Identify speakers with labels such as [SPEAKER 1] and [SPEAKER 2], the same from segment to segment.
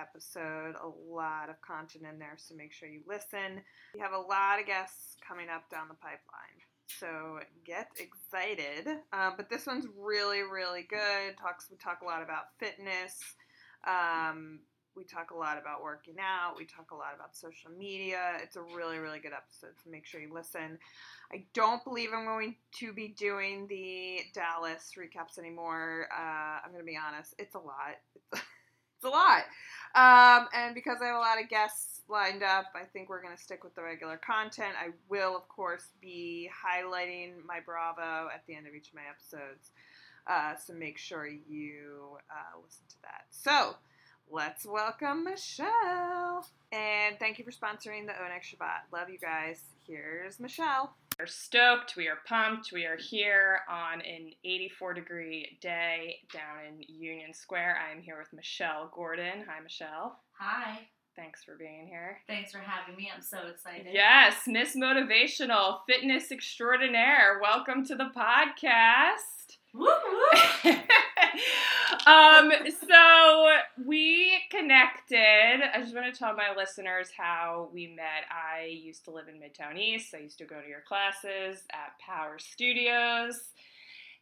[SPEAKER 1] episode. A lot of content in there, so make sure you listen. We have a lot of guests coming up down the pipeline. So get excited. Uh, but this one's really, really good. Talks we talk a lot about fitness. Um, we talk a lot about working out. We talk a lot about social media. It's a really, really good episode. So make sure you listen. I don't believe I'm going to be doing the Dallas recaps anymore. Uh, I'm going to be honest. It's a lot. It's a, it's a lot. Um, and because I have a lot of guests lined up, I think we're going to stick with the regular content. I will, of course, be highlighting my Bravo at the end of each of my episodes. Uh, so make sure you uh, listen to that. So let's welcome Michelle. And thank you for sponsoring the Onex Shabbat. Love you guys. Here's Michelle.
[SPEAKER 2] We're stoked. We are pumped. We are here on an 84 degree day down in Union Square. I am here with Michelle Gordon. Hi, Michelle.
[SPEAKER 3] Hi.
[SPEAKER 2] Thanks for being here.
[SPEAKER 3] Thanks for having me. I'm so excited.
[SPEAKER 2] Yes, Miss Motivational, fitness extraordinaire. Welcome to the podcast.
[SPEAKER 3] Woo woo.
[SPEAKER 2] um, so we connected. I just want to tell my listeners how we met. I used to live in Midtown East. I used to go to your classes at Power Studios.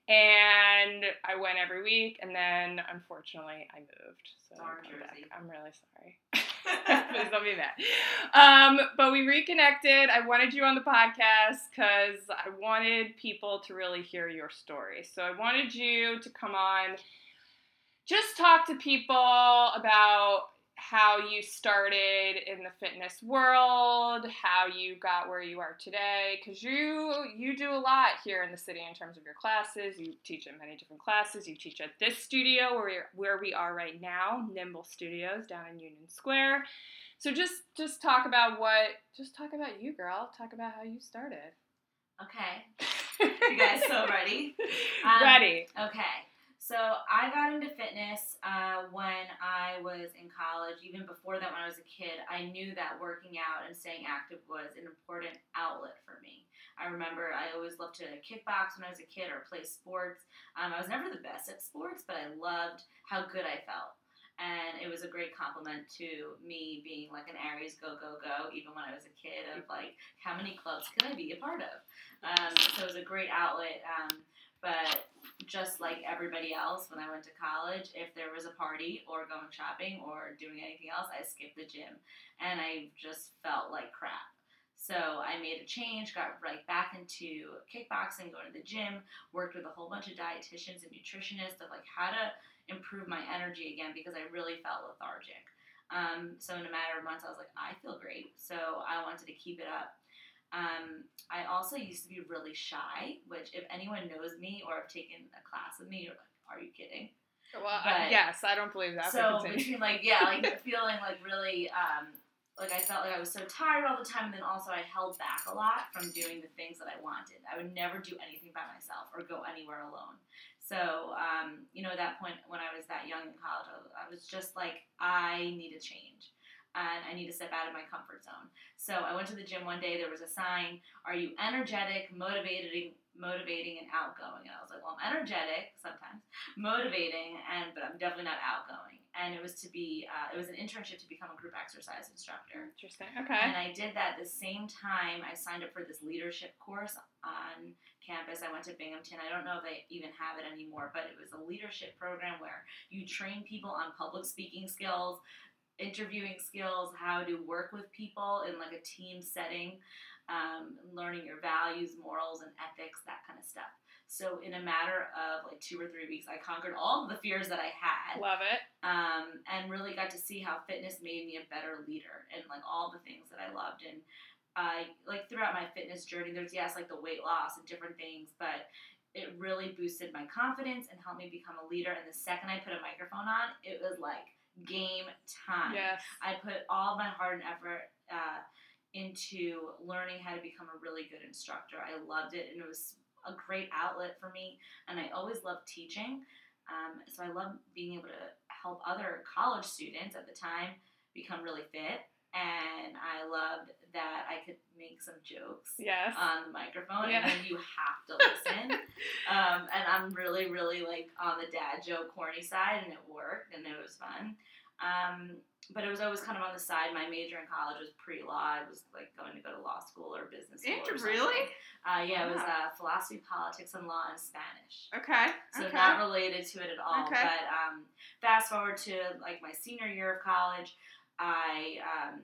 [SPEAKER 2] And I went every week, and then unfortunately I moved. So
[SPEAKER 3] Darn
[SPEAKER 2] I'm,
[SPEAKER 3] Jersey.
[SPEAKER 2] back. I'm really sorry. Please don't be mad. Um, but we reconnected. I wanted you on the podcast because I wanted people to really hear your story. So I wanted you to come on, just talk to people about how you started in the fitness world, how you got where you are today, because you you do a lot here in the city in terms of your classes. You teach at many different classes. You teach at this studio where we're, where we are right now, Nimble Studios down in Union Square. So just just talk about what just talk about you, girl. Talk about how you started.
[SPEAKER 3] Okay. You guys so ready? Um,
[SPEAKER 2] Ready?
[SPEAKER 3] Okay. So I got into fitness uh, when I was in college. Even before that, when I was a kid, I knew that working out and staying active was an important outlet for me. I remember I always loved to kickbox when I was a kid or play sports. Um, I was never the best at sports, but I loved how good I felt. And it was a great compliment to me being like an Aries go go go, even when I was a kid, of like how many clubs could I be a part of? Um, so it was a great outlet. Um, but just like everybody else when I went to college, if there was a party or going shopping or doing anything else, I skipped the gym and I just felt like crap. So I made a change, got right back into kickboxing, going to the gym, worked with a whole bunch of dietitians and nutritionists of like how to improve my energy again because I really felt lethargic. Um, so in a matter of months, I was like, I feel great. So I wanted to keep it up. Um, I also used to be really shy, which if anyone knows me or have taken a class with me, you're like, are you kidding?
[SPEAKER 2] Well, I-
[SPEAKER 3] but-
[SPEAKER 2] yes, I don't believe that.
[SPEAKER 3] so
[SPEAKER 2] but continue.
[SPEAKER 3] between like yeah, like feeling like really um, like I felt like I was so tired all the time, and then also I held back a lot from doing the things that I wanted. I would never do anything by myself or go anywhere alone. So um, you know, at that point when I was that young in college, I was- I was just like, I need a change. And I need to step out of my comfort zone. So I went to the gym one day. There was a sign: "Are you energetic, motivating, motivating, and outgoing?" And I was like, "Well, I'm energetic sometimes, motivating and but i'm definitely not outgoing and it was to be uh, it was an internship to become a group exercise instructor
[SPEAKER 2] Interesting. Okay.
[SPEAKER 3] and i did that the same time i signed up for this leadership course on campus i went to binghamton i don't know if they even have it anymore but it was a leadership program where you train people on public speaking skills interviewing skills how to work with people in like a team setting um, learning your values morals and ethics that kind of stuff so in a matter of like two or three weeks i conquered all of the fears that i had
[SPEAKER 2] Love it.
[SPEAKER 3] um, and really got to see how fitness made me a better leader and like all the things that I loved and I like throughout my fitness journey there's yes like the weight loss and different things but it really boosted my confidence and helped me become a leader and the second I put a microphone on it was like game time
[SPEAKER 2] Yes.
[SPEAKER 3] um, I put all my heart and effort uh, into learning how to become a really good instructor. I loved it, and it was a great outlet for me. And I always loved teaching, um, so I love being able to help other college students at the time become really fit. And I loved that I could make some jokes
[SPEAKER 2] Yes.
[SPEAKER 3] on the microphone,
[SPEAKER 2] Yeah.
[SPEAKER 3] and then you have to listen. um, and I'm really, really like on the dad joke corny side, and it worked, and it was fun. Um, but it was always kind of on the side. My major in college was pre-law. I was like going to go to law school or business school. or
[SPEAKER 1] Andrew,
[SPEAKER 3] something.
[SPEAKER 1] really?
[SPEAKER 3] Uh, yeah, it was
[SPEAKER 1] Wow.
[SPEAKER 3] uh, philosophy, politics, and law in Spanish.
[SPEAKER 1] Okay.
[SPEAKER 3] So
[SPEAKER 1] okay.
[SPEAKER 3] not related to it at all.
[SPEAKER 1] Okay.
[SPEAKER 3] But um, fast forward to like my senior year of college, I um,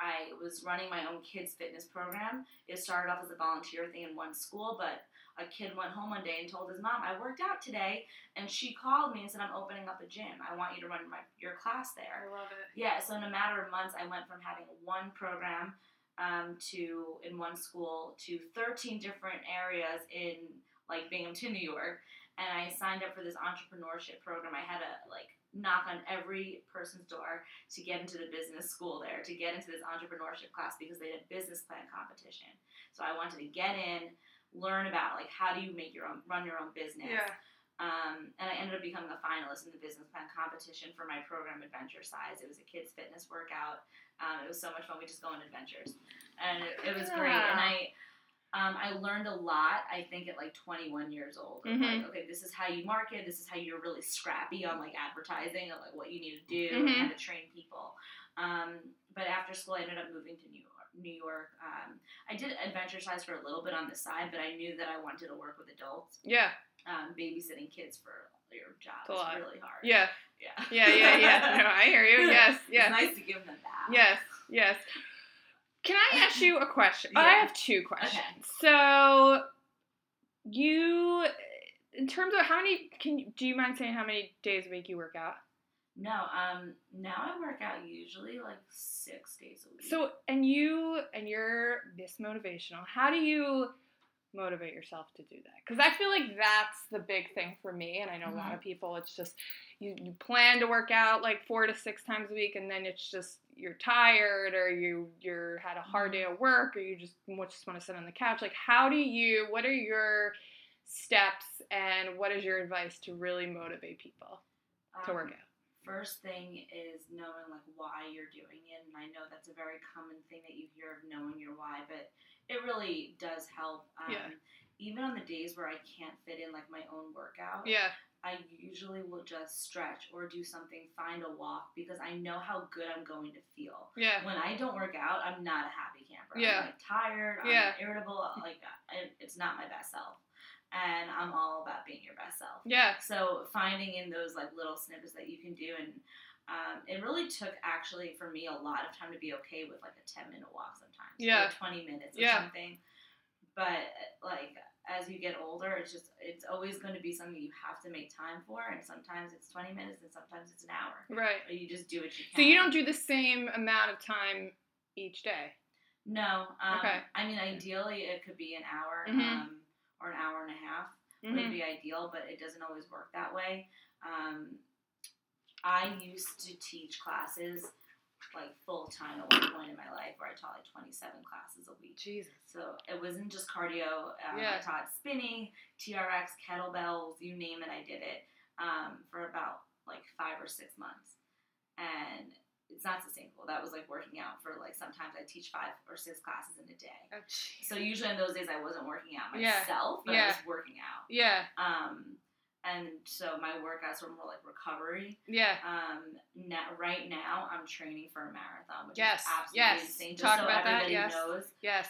[SPEAKER 3] I was running my own kids fitness program. It started off as a volunteer thing in one school, but a kid went home one day and told his mom, "I worked out today," and she called me and said, "I'm opening up a gym. I want you to run my, your class there."
[SPEAKER 1] love it.
[SPEAKER 3] Yeah, so in a matter of months, I went from having one program um, to in one school to 13 different areas in like Binghamton, New York, and I signed up for this entrepreneurship program. I had to like knock on every person's door to get into the business school there, to get into this entrepreneurship class because they had a business plan competition. So I wanted to get in, learn about like how do you make your own, run your own business.
[SPEAKER 1] Yeah.
[SPEAKER 3] Um, and I ended up becoming a finalist in the business plan competition for my program Adventure Size. It was a kids' fitness workout. Um, it was so much fun. We just go on adventures, and it, it was great. And I, um, I learned a lot. I think at like 21 years old, of like, okay, this is how you market. This is how you're really scrappy on like advertising and like what you need to do and how to train people. Um, but after school, I ended up moving to New York. New York. Um, I did adventure size for a little bit on the side, but I knew that I wanted to work with adults
[SPEAKER 2] Yeah,
[SPEAKER 3] um, babysitting kids for your job
[SPEAKER 2] It's a lot.
[SPEAKER 3] is really hard.
[SPEAKER 2] yeah,
[SPEAKER 3] Yeah.
[SPEAKER 2] yeah, yeah, yeah. No, I hear you. Yes, yes,
[SPEAKER 3] It's nice to give them that.
[SPEAKER 2] yes, yes. Can I ask you a question? I
[SPEAKER 3] Yeah.
[SPEAKER 2] have two questions. So, you, in terms of how many, can you- do you mind saying how many days a week you work out?
[SPEAKER 3] No, um, now I work out usually like six days a week.
[SPEAKER 2] So, and you and you're Miss Motivational. How do you motivate yourself to do that? Because I feel like that's the big thing for me, and I know a lot of people. It's just you, you plan to work out like four to six times a week, and then it's just you're tired, or you you're had a hard day at work, or you just mo- just want to sit on the couch. Like, how do you? What are your steps, and what is your advice to really motivate people to
[SPEAKER 3] Um,
[SPEAKER 2] work out?
[SPEAKER 3] First thing is knowing like why you're doing it, and I know that's a very common thing that you hear of knowing your why, but it really does help. Um,
[SPEAKER 2] Yeah.
[SPEAKER 3] Even on the days where I can't fit in like my own workout,
[SPEAKER 2] Yeah,
[SPEAKER 3] I usually will just stretch or do something, find a walk because I know how good I'm going to feel.
[SPEAKER 2] yeah,
[SPEAKER 3] when I don't work out, I'm not a happy camper.
[SPEAKER 2] Yeah.
[SPEAKER 3] I'm like tired. I'm
[SPEAKER 2] Yeah.
[SPEAKER 3] irritable. Like I, it's not my best self, and I'm all about being your best self.
[SPEAKER 2] yeah,
[SPEAKER 3] So finding in those like little snippets that you can do, and um, it really took actually for me a lot of time to be okay with like a ten minute walk sometimes.
[SPEAKER 2] Yeah.
[SPEAKER 3] Or Twenty minutes or
[SPEAKER 2] Yeah.
[SPEAKER 3] something. But like as you get older, it's just it's always going to be something you have to make time for, and sometimes it's twenty minutes, and sometimes it's an hour.
[SPEAKER 2] right.
[SPEAKER 3] But you just do what you can.
[SPEAKER 2] So you don't do the same amount of time each day.
[SPEAKER 3] No. Um,
[SPEAKER 2] Okay.
[SPEAKER 3] I mean, ideally, it could be an hour
[SPEAKER 2] Mhm.
[SPEAKER 3] um, or an hour and a half
[SPEAKER 2] Mm-hmm.
[SPEAKER 3] would be ideal, but it doesn't always work that way. Um, I used to teach classes like full time at one point in my life where I taught like 27 classes a week.
[SPEAKER 2] Jesus.
[SPEAKER 3] So it wasn't just cardio. Um,
[SPEAKER 2] Yeah.
[SPEAKER 3] I taught spinning, TRX, kettlebells, you name it, I did it um, for about like five or six months. And it's not sustainable. That was like working out for like sometimes I teach five or six classes in a day. So usually in those days I wasn't working out
[SPEAKER 2] Yeah.
[SPEAKER 3] myself, but I was working out.
[SPEAKER 2] yeah,
[SPEAKER 3] Um, and so my workouts were more like recovery.
[SPEAKER 2] yeah.
[SPEAKER 3] Um, now, right now I'm training for a marathon, which
[SPEAKER 2] Yes,
[SPEAKER 3] is absolutely
[SPEAKER 2] yes.
[SPEAKER 3] insane. Just
[SPEAKER 2] Talk
[SPEAKER 3] so
[SPEAKER 2] about that,
[SPEAKER 3] everybody
[SPEAKER 2] yes.
[SPEAKER 3] knows,
[SPEAKER 2] Yes.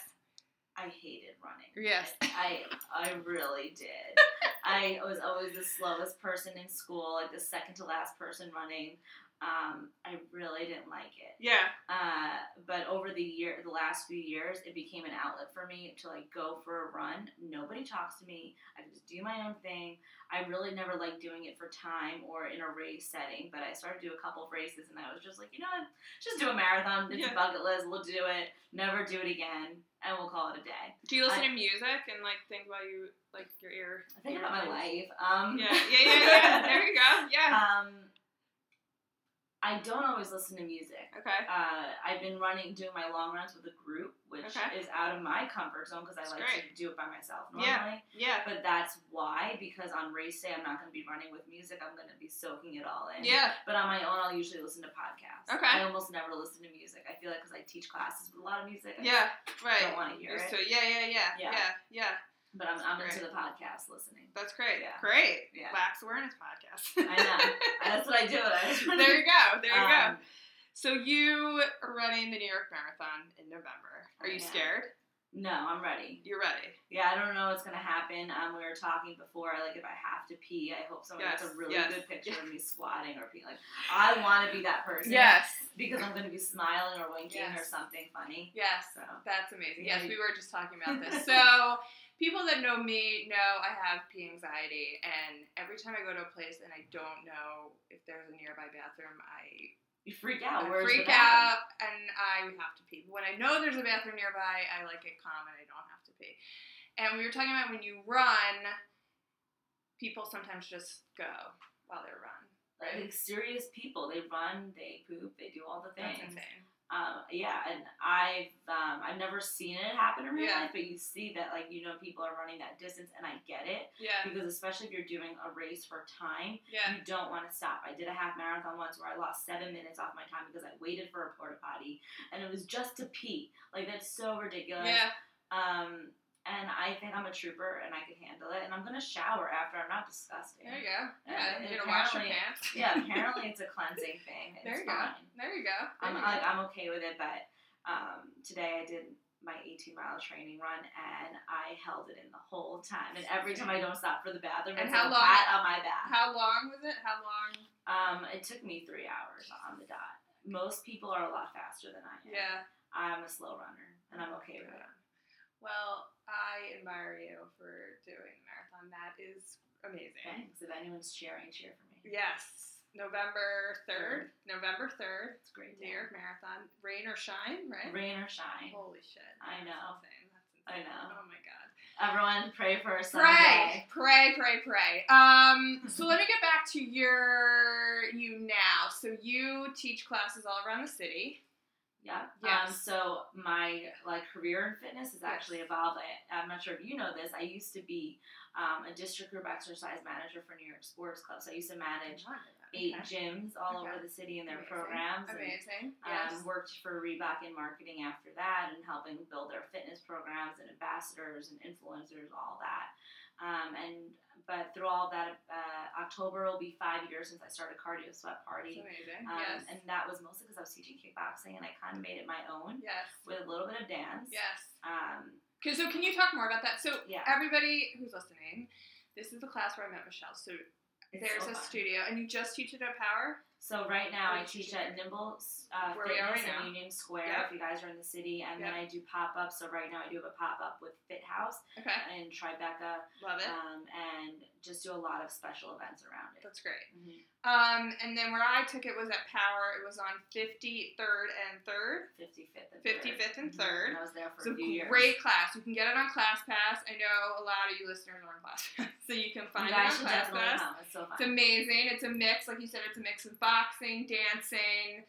[SPEAKER 3] I hated running.
[SPEAKER 2] Yes.
[SPEAKER 3] I I really did. I was always the slowest person in school, like the second to last person running. Um, I really didn't like it.
[SPEAKER 1] Yeah.
[SPEAKER 3] Uh, but over the year, the last few years, it became an outlet for me to like go for a run. Nobody talks to me. I can just do my own thing. I really never liked doing it for time or in a race setting. But I started to do a couple of races, and I was just like, you know what? Just do a marathon. It's
[SPEAKER 1] Yeah.
[SPEAKER 3] a bucket list. We'll do it. Never do it again, and we'll call it a day.
[SPEAKER 1] Do you listen
[SPEAKER 3] I-
[SPEAKER 1] to music and like think about you like your ear?
[SPEAKER 3] I think about my
[SPEAKER 1] earbuds?
[SPEAKER 3] life. Um,
[SPEAKER 1] Yeah, yeah, yeah, yeah. There you go. Yeah.
[SPEAKER 3] um, I don't always listen to music.
[SPEAKER 1] Okay.
[SPEAKER 3] Uh, I've been running, doing my long runs with a group, which
[SPEAKER 1] Okay.
[SPEAKER 3] is out of my comfort zone because I
[SPEAKER 1] That's
[SPEAKER 3] like
[SPEAKER 1] great.
[SPEAKER 3] to do it by myself
[SPEAKER 1] Yeah.
[SPEAKER 3] normally.
[SPEAKER 1] Yeah.
[SPEAKER 3] But that's why, because on race day, I'm not going to be running with music. I'm going to be soaking it all in.
[SPEAKER 1] Yeah.
[SPEAKER 3] But on my own, I'll usually listen to podcasts.
[SPEAKER 1] Okay.
[SPEAKER 3] I almost never listen to music. I feel like because I teach classes with a lot of music. I
[SPEAKER 1] Yeah. Right.
[SPEAKER 3] Don't want to hear
[SPEAKER 1] Used
[SPEAKER 3] it.
[SPEAKER 1] to it. Yeah, yeah, yeah.
[SPEAKER 3] Yeah.
[SPEAKER 1] Yeah. Yeah.
[SPEAKER 3] But I'm, I'm into the podcast listening.
[SPEAKER 1] That's great.
[SPEAKER 3] Yeah.
[SPEAKER 1] Great.
[SPEAKER 3] Yeah.
[SPEAKER 1] Wax awareness podcast.
[SPEAKER 3] I know. That's what I do. I just wanna-
[SPEAKER 1] there you go. There you go.
[SPEAKER 3] Um,
[SPEAKER 1] So you are running the New York Marathon in November. Are you
[SPEAKER 3] Yeah.
[SPEAKER 1] scared?
[SPEAKER 3] No, I'm ready.
[SPEAKER 1] You're ready.
[SPEAKER 3] Yeah, I don't know what's gonna happen. Um, we were talking before, like if I have to pee, I hope someone gets
[SPEAKER 1] Yes,
[SPEAKER 3] a really
[SPEAKER 1] yes.
[SPEAKER 3] good picture of me squatting or peeing. Like I want to be that person.
[SPEAKER 2] Yes.
[SPEAKER 3] Because I'm gonna be smiling or winking or
[SPEAKER 1] Yes.
[SPEAKER 3] something funny.
[SPEAKER 2] Yes.
[SPEAKER 3] So
[SPEAKER 2] That's amazing.
[SPEAKER 3] Yeah,
[SPEAKER 2] Yes,
[SPEAKER 3] you-
[SPEAKER 2] we were just talking about this. So, people that know me know I have pee anxiety, and every time I go to a place and I don't know if there's a nearby bathroom, I,
[SPEAKER 3] you freak out.
[SPEAKER 2] I
[SPEAKER 3] Where's
[SPEAKER 2] freak
[SPEAKER 3] the
[SPEAKER 2] out
[SPEAKER 3] bathroom?
[SPEAKER 2] and I have to pee. When I know there's a bathroom nearby, I like get calm and I don't have to pee. And we were talking about when you run, people sometimes just go while they run.
[SPEAKER 3] Like, like, serious people, they run, they poop, they do all the
[SPEAKER 2] That's
[SPEAKER 3] things.
[SPEAKER 2] insane.
[SPEAKER 3] Um, yeah, and I've um, I've never seen it happen in real
[SPEAKER 2] Yeah.
[SPEAKER 3] life, but you see that like you know people are running that distance, and I get it
[SPEAKER 2] Yeah.
[SPEAKER 3] because especially if you're doing a race for time,
[SPEAKER 2] Yeah.
[SPEAKER 3] you don't want to stop. I did a half marathon once where I lost seven minutes off my time because I waited for a porta potty and it was just to pee. Like that's so ridiculous.
[SPEAKER 2] Yeah.
[SPEAKER 3] Um, and I think I'm a trooper and I can handle it. And I'm gonna shower after. I'm not disgusting.
[SPEAKER 2] There you go. Yeah.
[SPEAKER 3] Yeah,
[SPEAKER 2] You're gonna wash your
[SPEAKER 3] apparently-
[SPEAKER 2] pants.
[SPEAKER 3] yeah, apparently it's a cleansing thing. It's
[SPEAKER 2] There you go.
[SPEAKER 3] fine.
[SPEAKER 2] There you go. There
[SPEAKER 3] I'm
[SPEAKER 2] you
[SPEAKER 3] like
[SPEAKER 2] go.
[SPEAKER 3] I'm okay with it, but um, today I did my 18 mile training run and I held it in the whole time. And every time I don't stop for the bathroom,
[SPEAKER 2] And
[SPEAKER 3] it's
[SPEAKER 2] how
[SPEAKER 3] like a
[SPEAKER 2] long-
[SPEAKER 3] pat on my back.
[SPEAKER 2] How long was it? How long?
[SPEAKER 3] Um, it took me three hours on the dot. Most people are a lot faster than I am.
[SPEAKER 2] Yeah.
[SPEAKER 3] I'm a slow runner, and I'm okay with it.
[SPEAKER 2] Well, I admire you for doing the marathon. That is amazing.
[SPEAKER 3] Thanks. If anyone's cheering, cheer for me.
[SPEAKER 2] Yes. November 3rd. November 3rd.
[SPEAKER 3] It's a great
[SPEAKER 2] New
[SPEAKER 3] day.
[SPEAKER 2] York Marathon. Rain or shine, right?
[SPEAKER 3] Rain or shine.
[SPEAKER 2] Holy shit.
[SPEAKER 3] I
[SPEAKER 2] That's
[SPEAKER 3] know.
[SPEAKER 2] insane. That's insane.
[SPEAKER 3] I know.
[SPEAKER 2] Oh my god.
[SPEAKER 3] Everyone, pray for a
[SPEAKER 2] Pray,
[SPEAKER 3] sunday.
[SPEAKER 2] pray, pray, pray. Um, so let me get back to your you now. So you teach classes all around the city.
[SPEAKER 3] Yeah. Um,
[SPEAKER 2] Yes.
[SPEAKER 3] so my like career in fitness has actually evolved. I, I'm not sure if you know this. I used to be um, a district group exercise manager for New York sports clubs. I used to manage eight
[SPEAKER 2] Okay.
[SPEAKER 3] gyms all
[SPEAKER 2] Okay.
[SPEAKER 3] over the city and their
[SPEAKER 2] Amazing.
[SPEAKER 3] programs. and-
[SPEAKER 2] Amazing. Yes.
[SPEAKER 3] um, worked for Reebok in marketing after that and helping build their fitness programs and ambassadors and influencers, all that. Um, and but through all that, uh, October will be five years since I started Cardio Sweat
[SPEAKER 2] It's
[SPEAKER 3] Party,
[SPEAKER 2] amazing.
[SPEAKER 3] um,
[SPEAKER 2] yes.
[SPEAKER 3] and that was mostly because I was teaching kickboxing and I kind of made it my own
[SPEAKER 2] yes.
[SPEAKER 3] with a little bit of dance.
[SPEAKER 2] Yes.
[SPEAKER 3] Um,
[SPEAKER 2] Okay, so can you talk more about that? So
[SPEAKER 3] Yeah.
[SPEAKER 2] everybody who's listening, this is the class where I met Michelle. So
[SPEAKER 3] it's
[SPEAKER 2] there's
[SPEAKER 3] so
[SPEAKER 2] a
[SPEAKER 3] fun.
[SPEAKER 2] studio, and you just teach it at Power.
[SPEAKER 3] So right now I
[SPEAKER 2] Which
[SPEAKER 3] teach
[SPEAKER 2] you-
[SPEAKER 3] at Nimble uh,
[SPEAKER 2] Where we are
[SPEAKER 3] Fitness
[SPEAKER 2] right
[SPEAKER 3] in
[SPEAKER 2] now.
[SPEAKER 3] Union Square.
[SPEAKER 2] Yep.
[SPEAKER 3] If you guys are in the city, and then I do pop ups. So right now I do have a pop up with Fit House
[SPEAKER 2] Okay,
[SPEAKER 3] in Tribeca.
[SPEAKER 2] love it.
[SPEAKER 3] um, and just do a lot of special events around it. Mm-hmm.
[SPEAKER 2] That's great. Um, and then where I took it was at Power. It was on 53rd and 3rd.
[SPEAKER 3] 55th and
[SPEAKER 2] 55th and
[SPEAKER 3] Mhm.
[SPEAKER 2] third.
[SPEAKER 3] I was there for
[SPEAKER 2] It's a
[SPEAKER 3] a few years.
[SPEAKER 2] great class. You can get it on ClassPass. I know a lot of you listeners are on ClassPass, so you can
[SPEAKER 3] You
[SPEAKER 2] find
[SPEAKER 3] guys
[SPEAKER 2] it
[SPEAKER 3] should
[SPEAKER 2] on ClassPass.
[SPEAKER 3] definitely come. It's so fun.
[SPEAKER 2] It's amazing. It's a mix, like you said, it's a mix of boxing, dancing,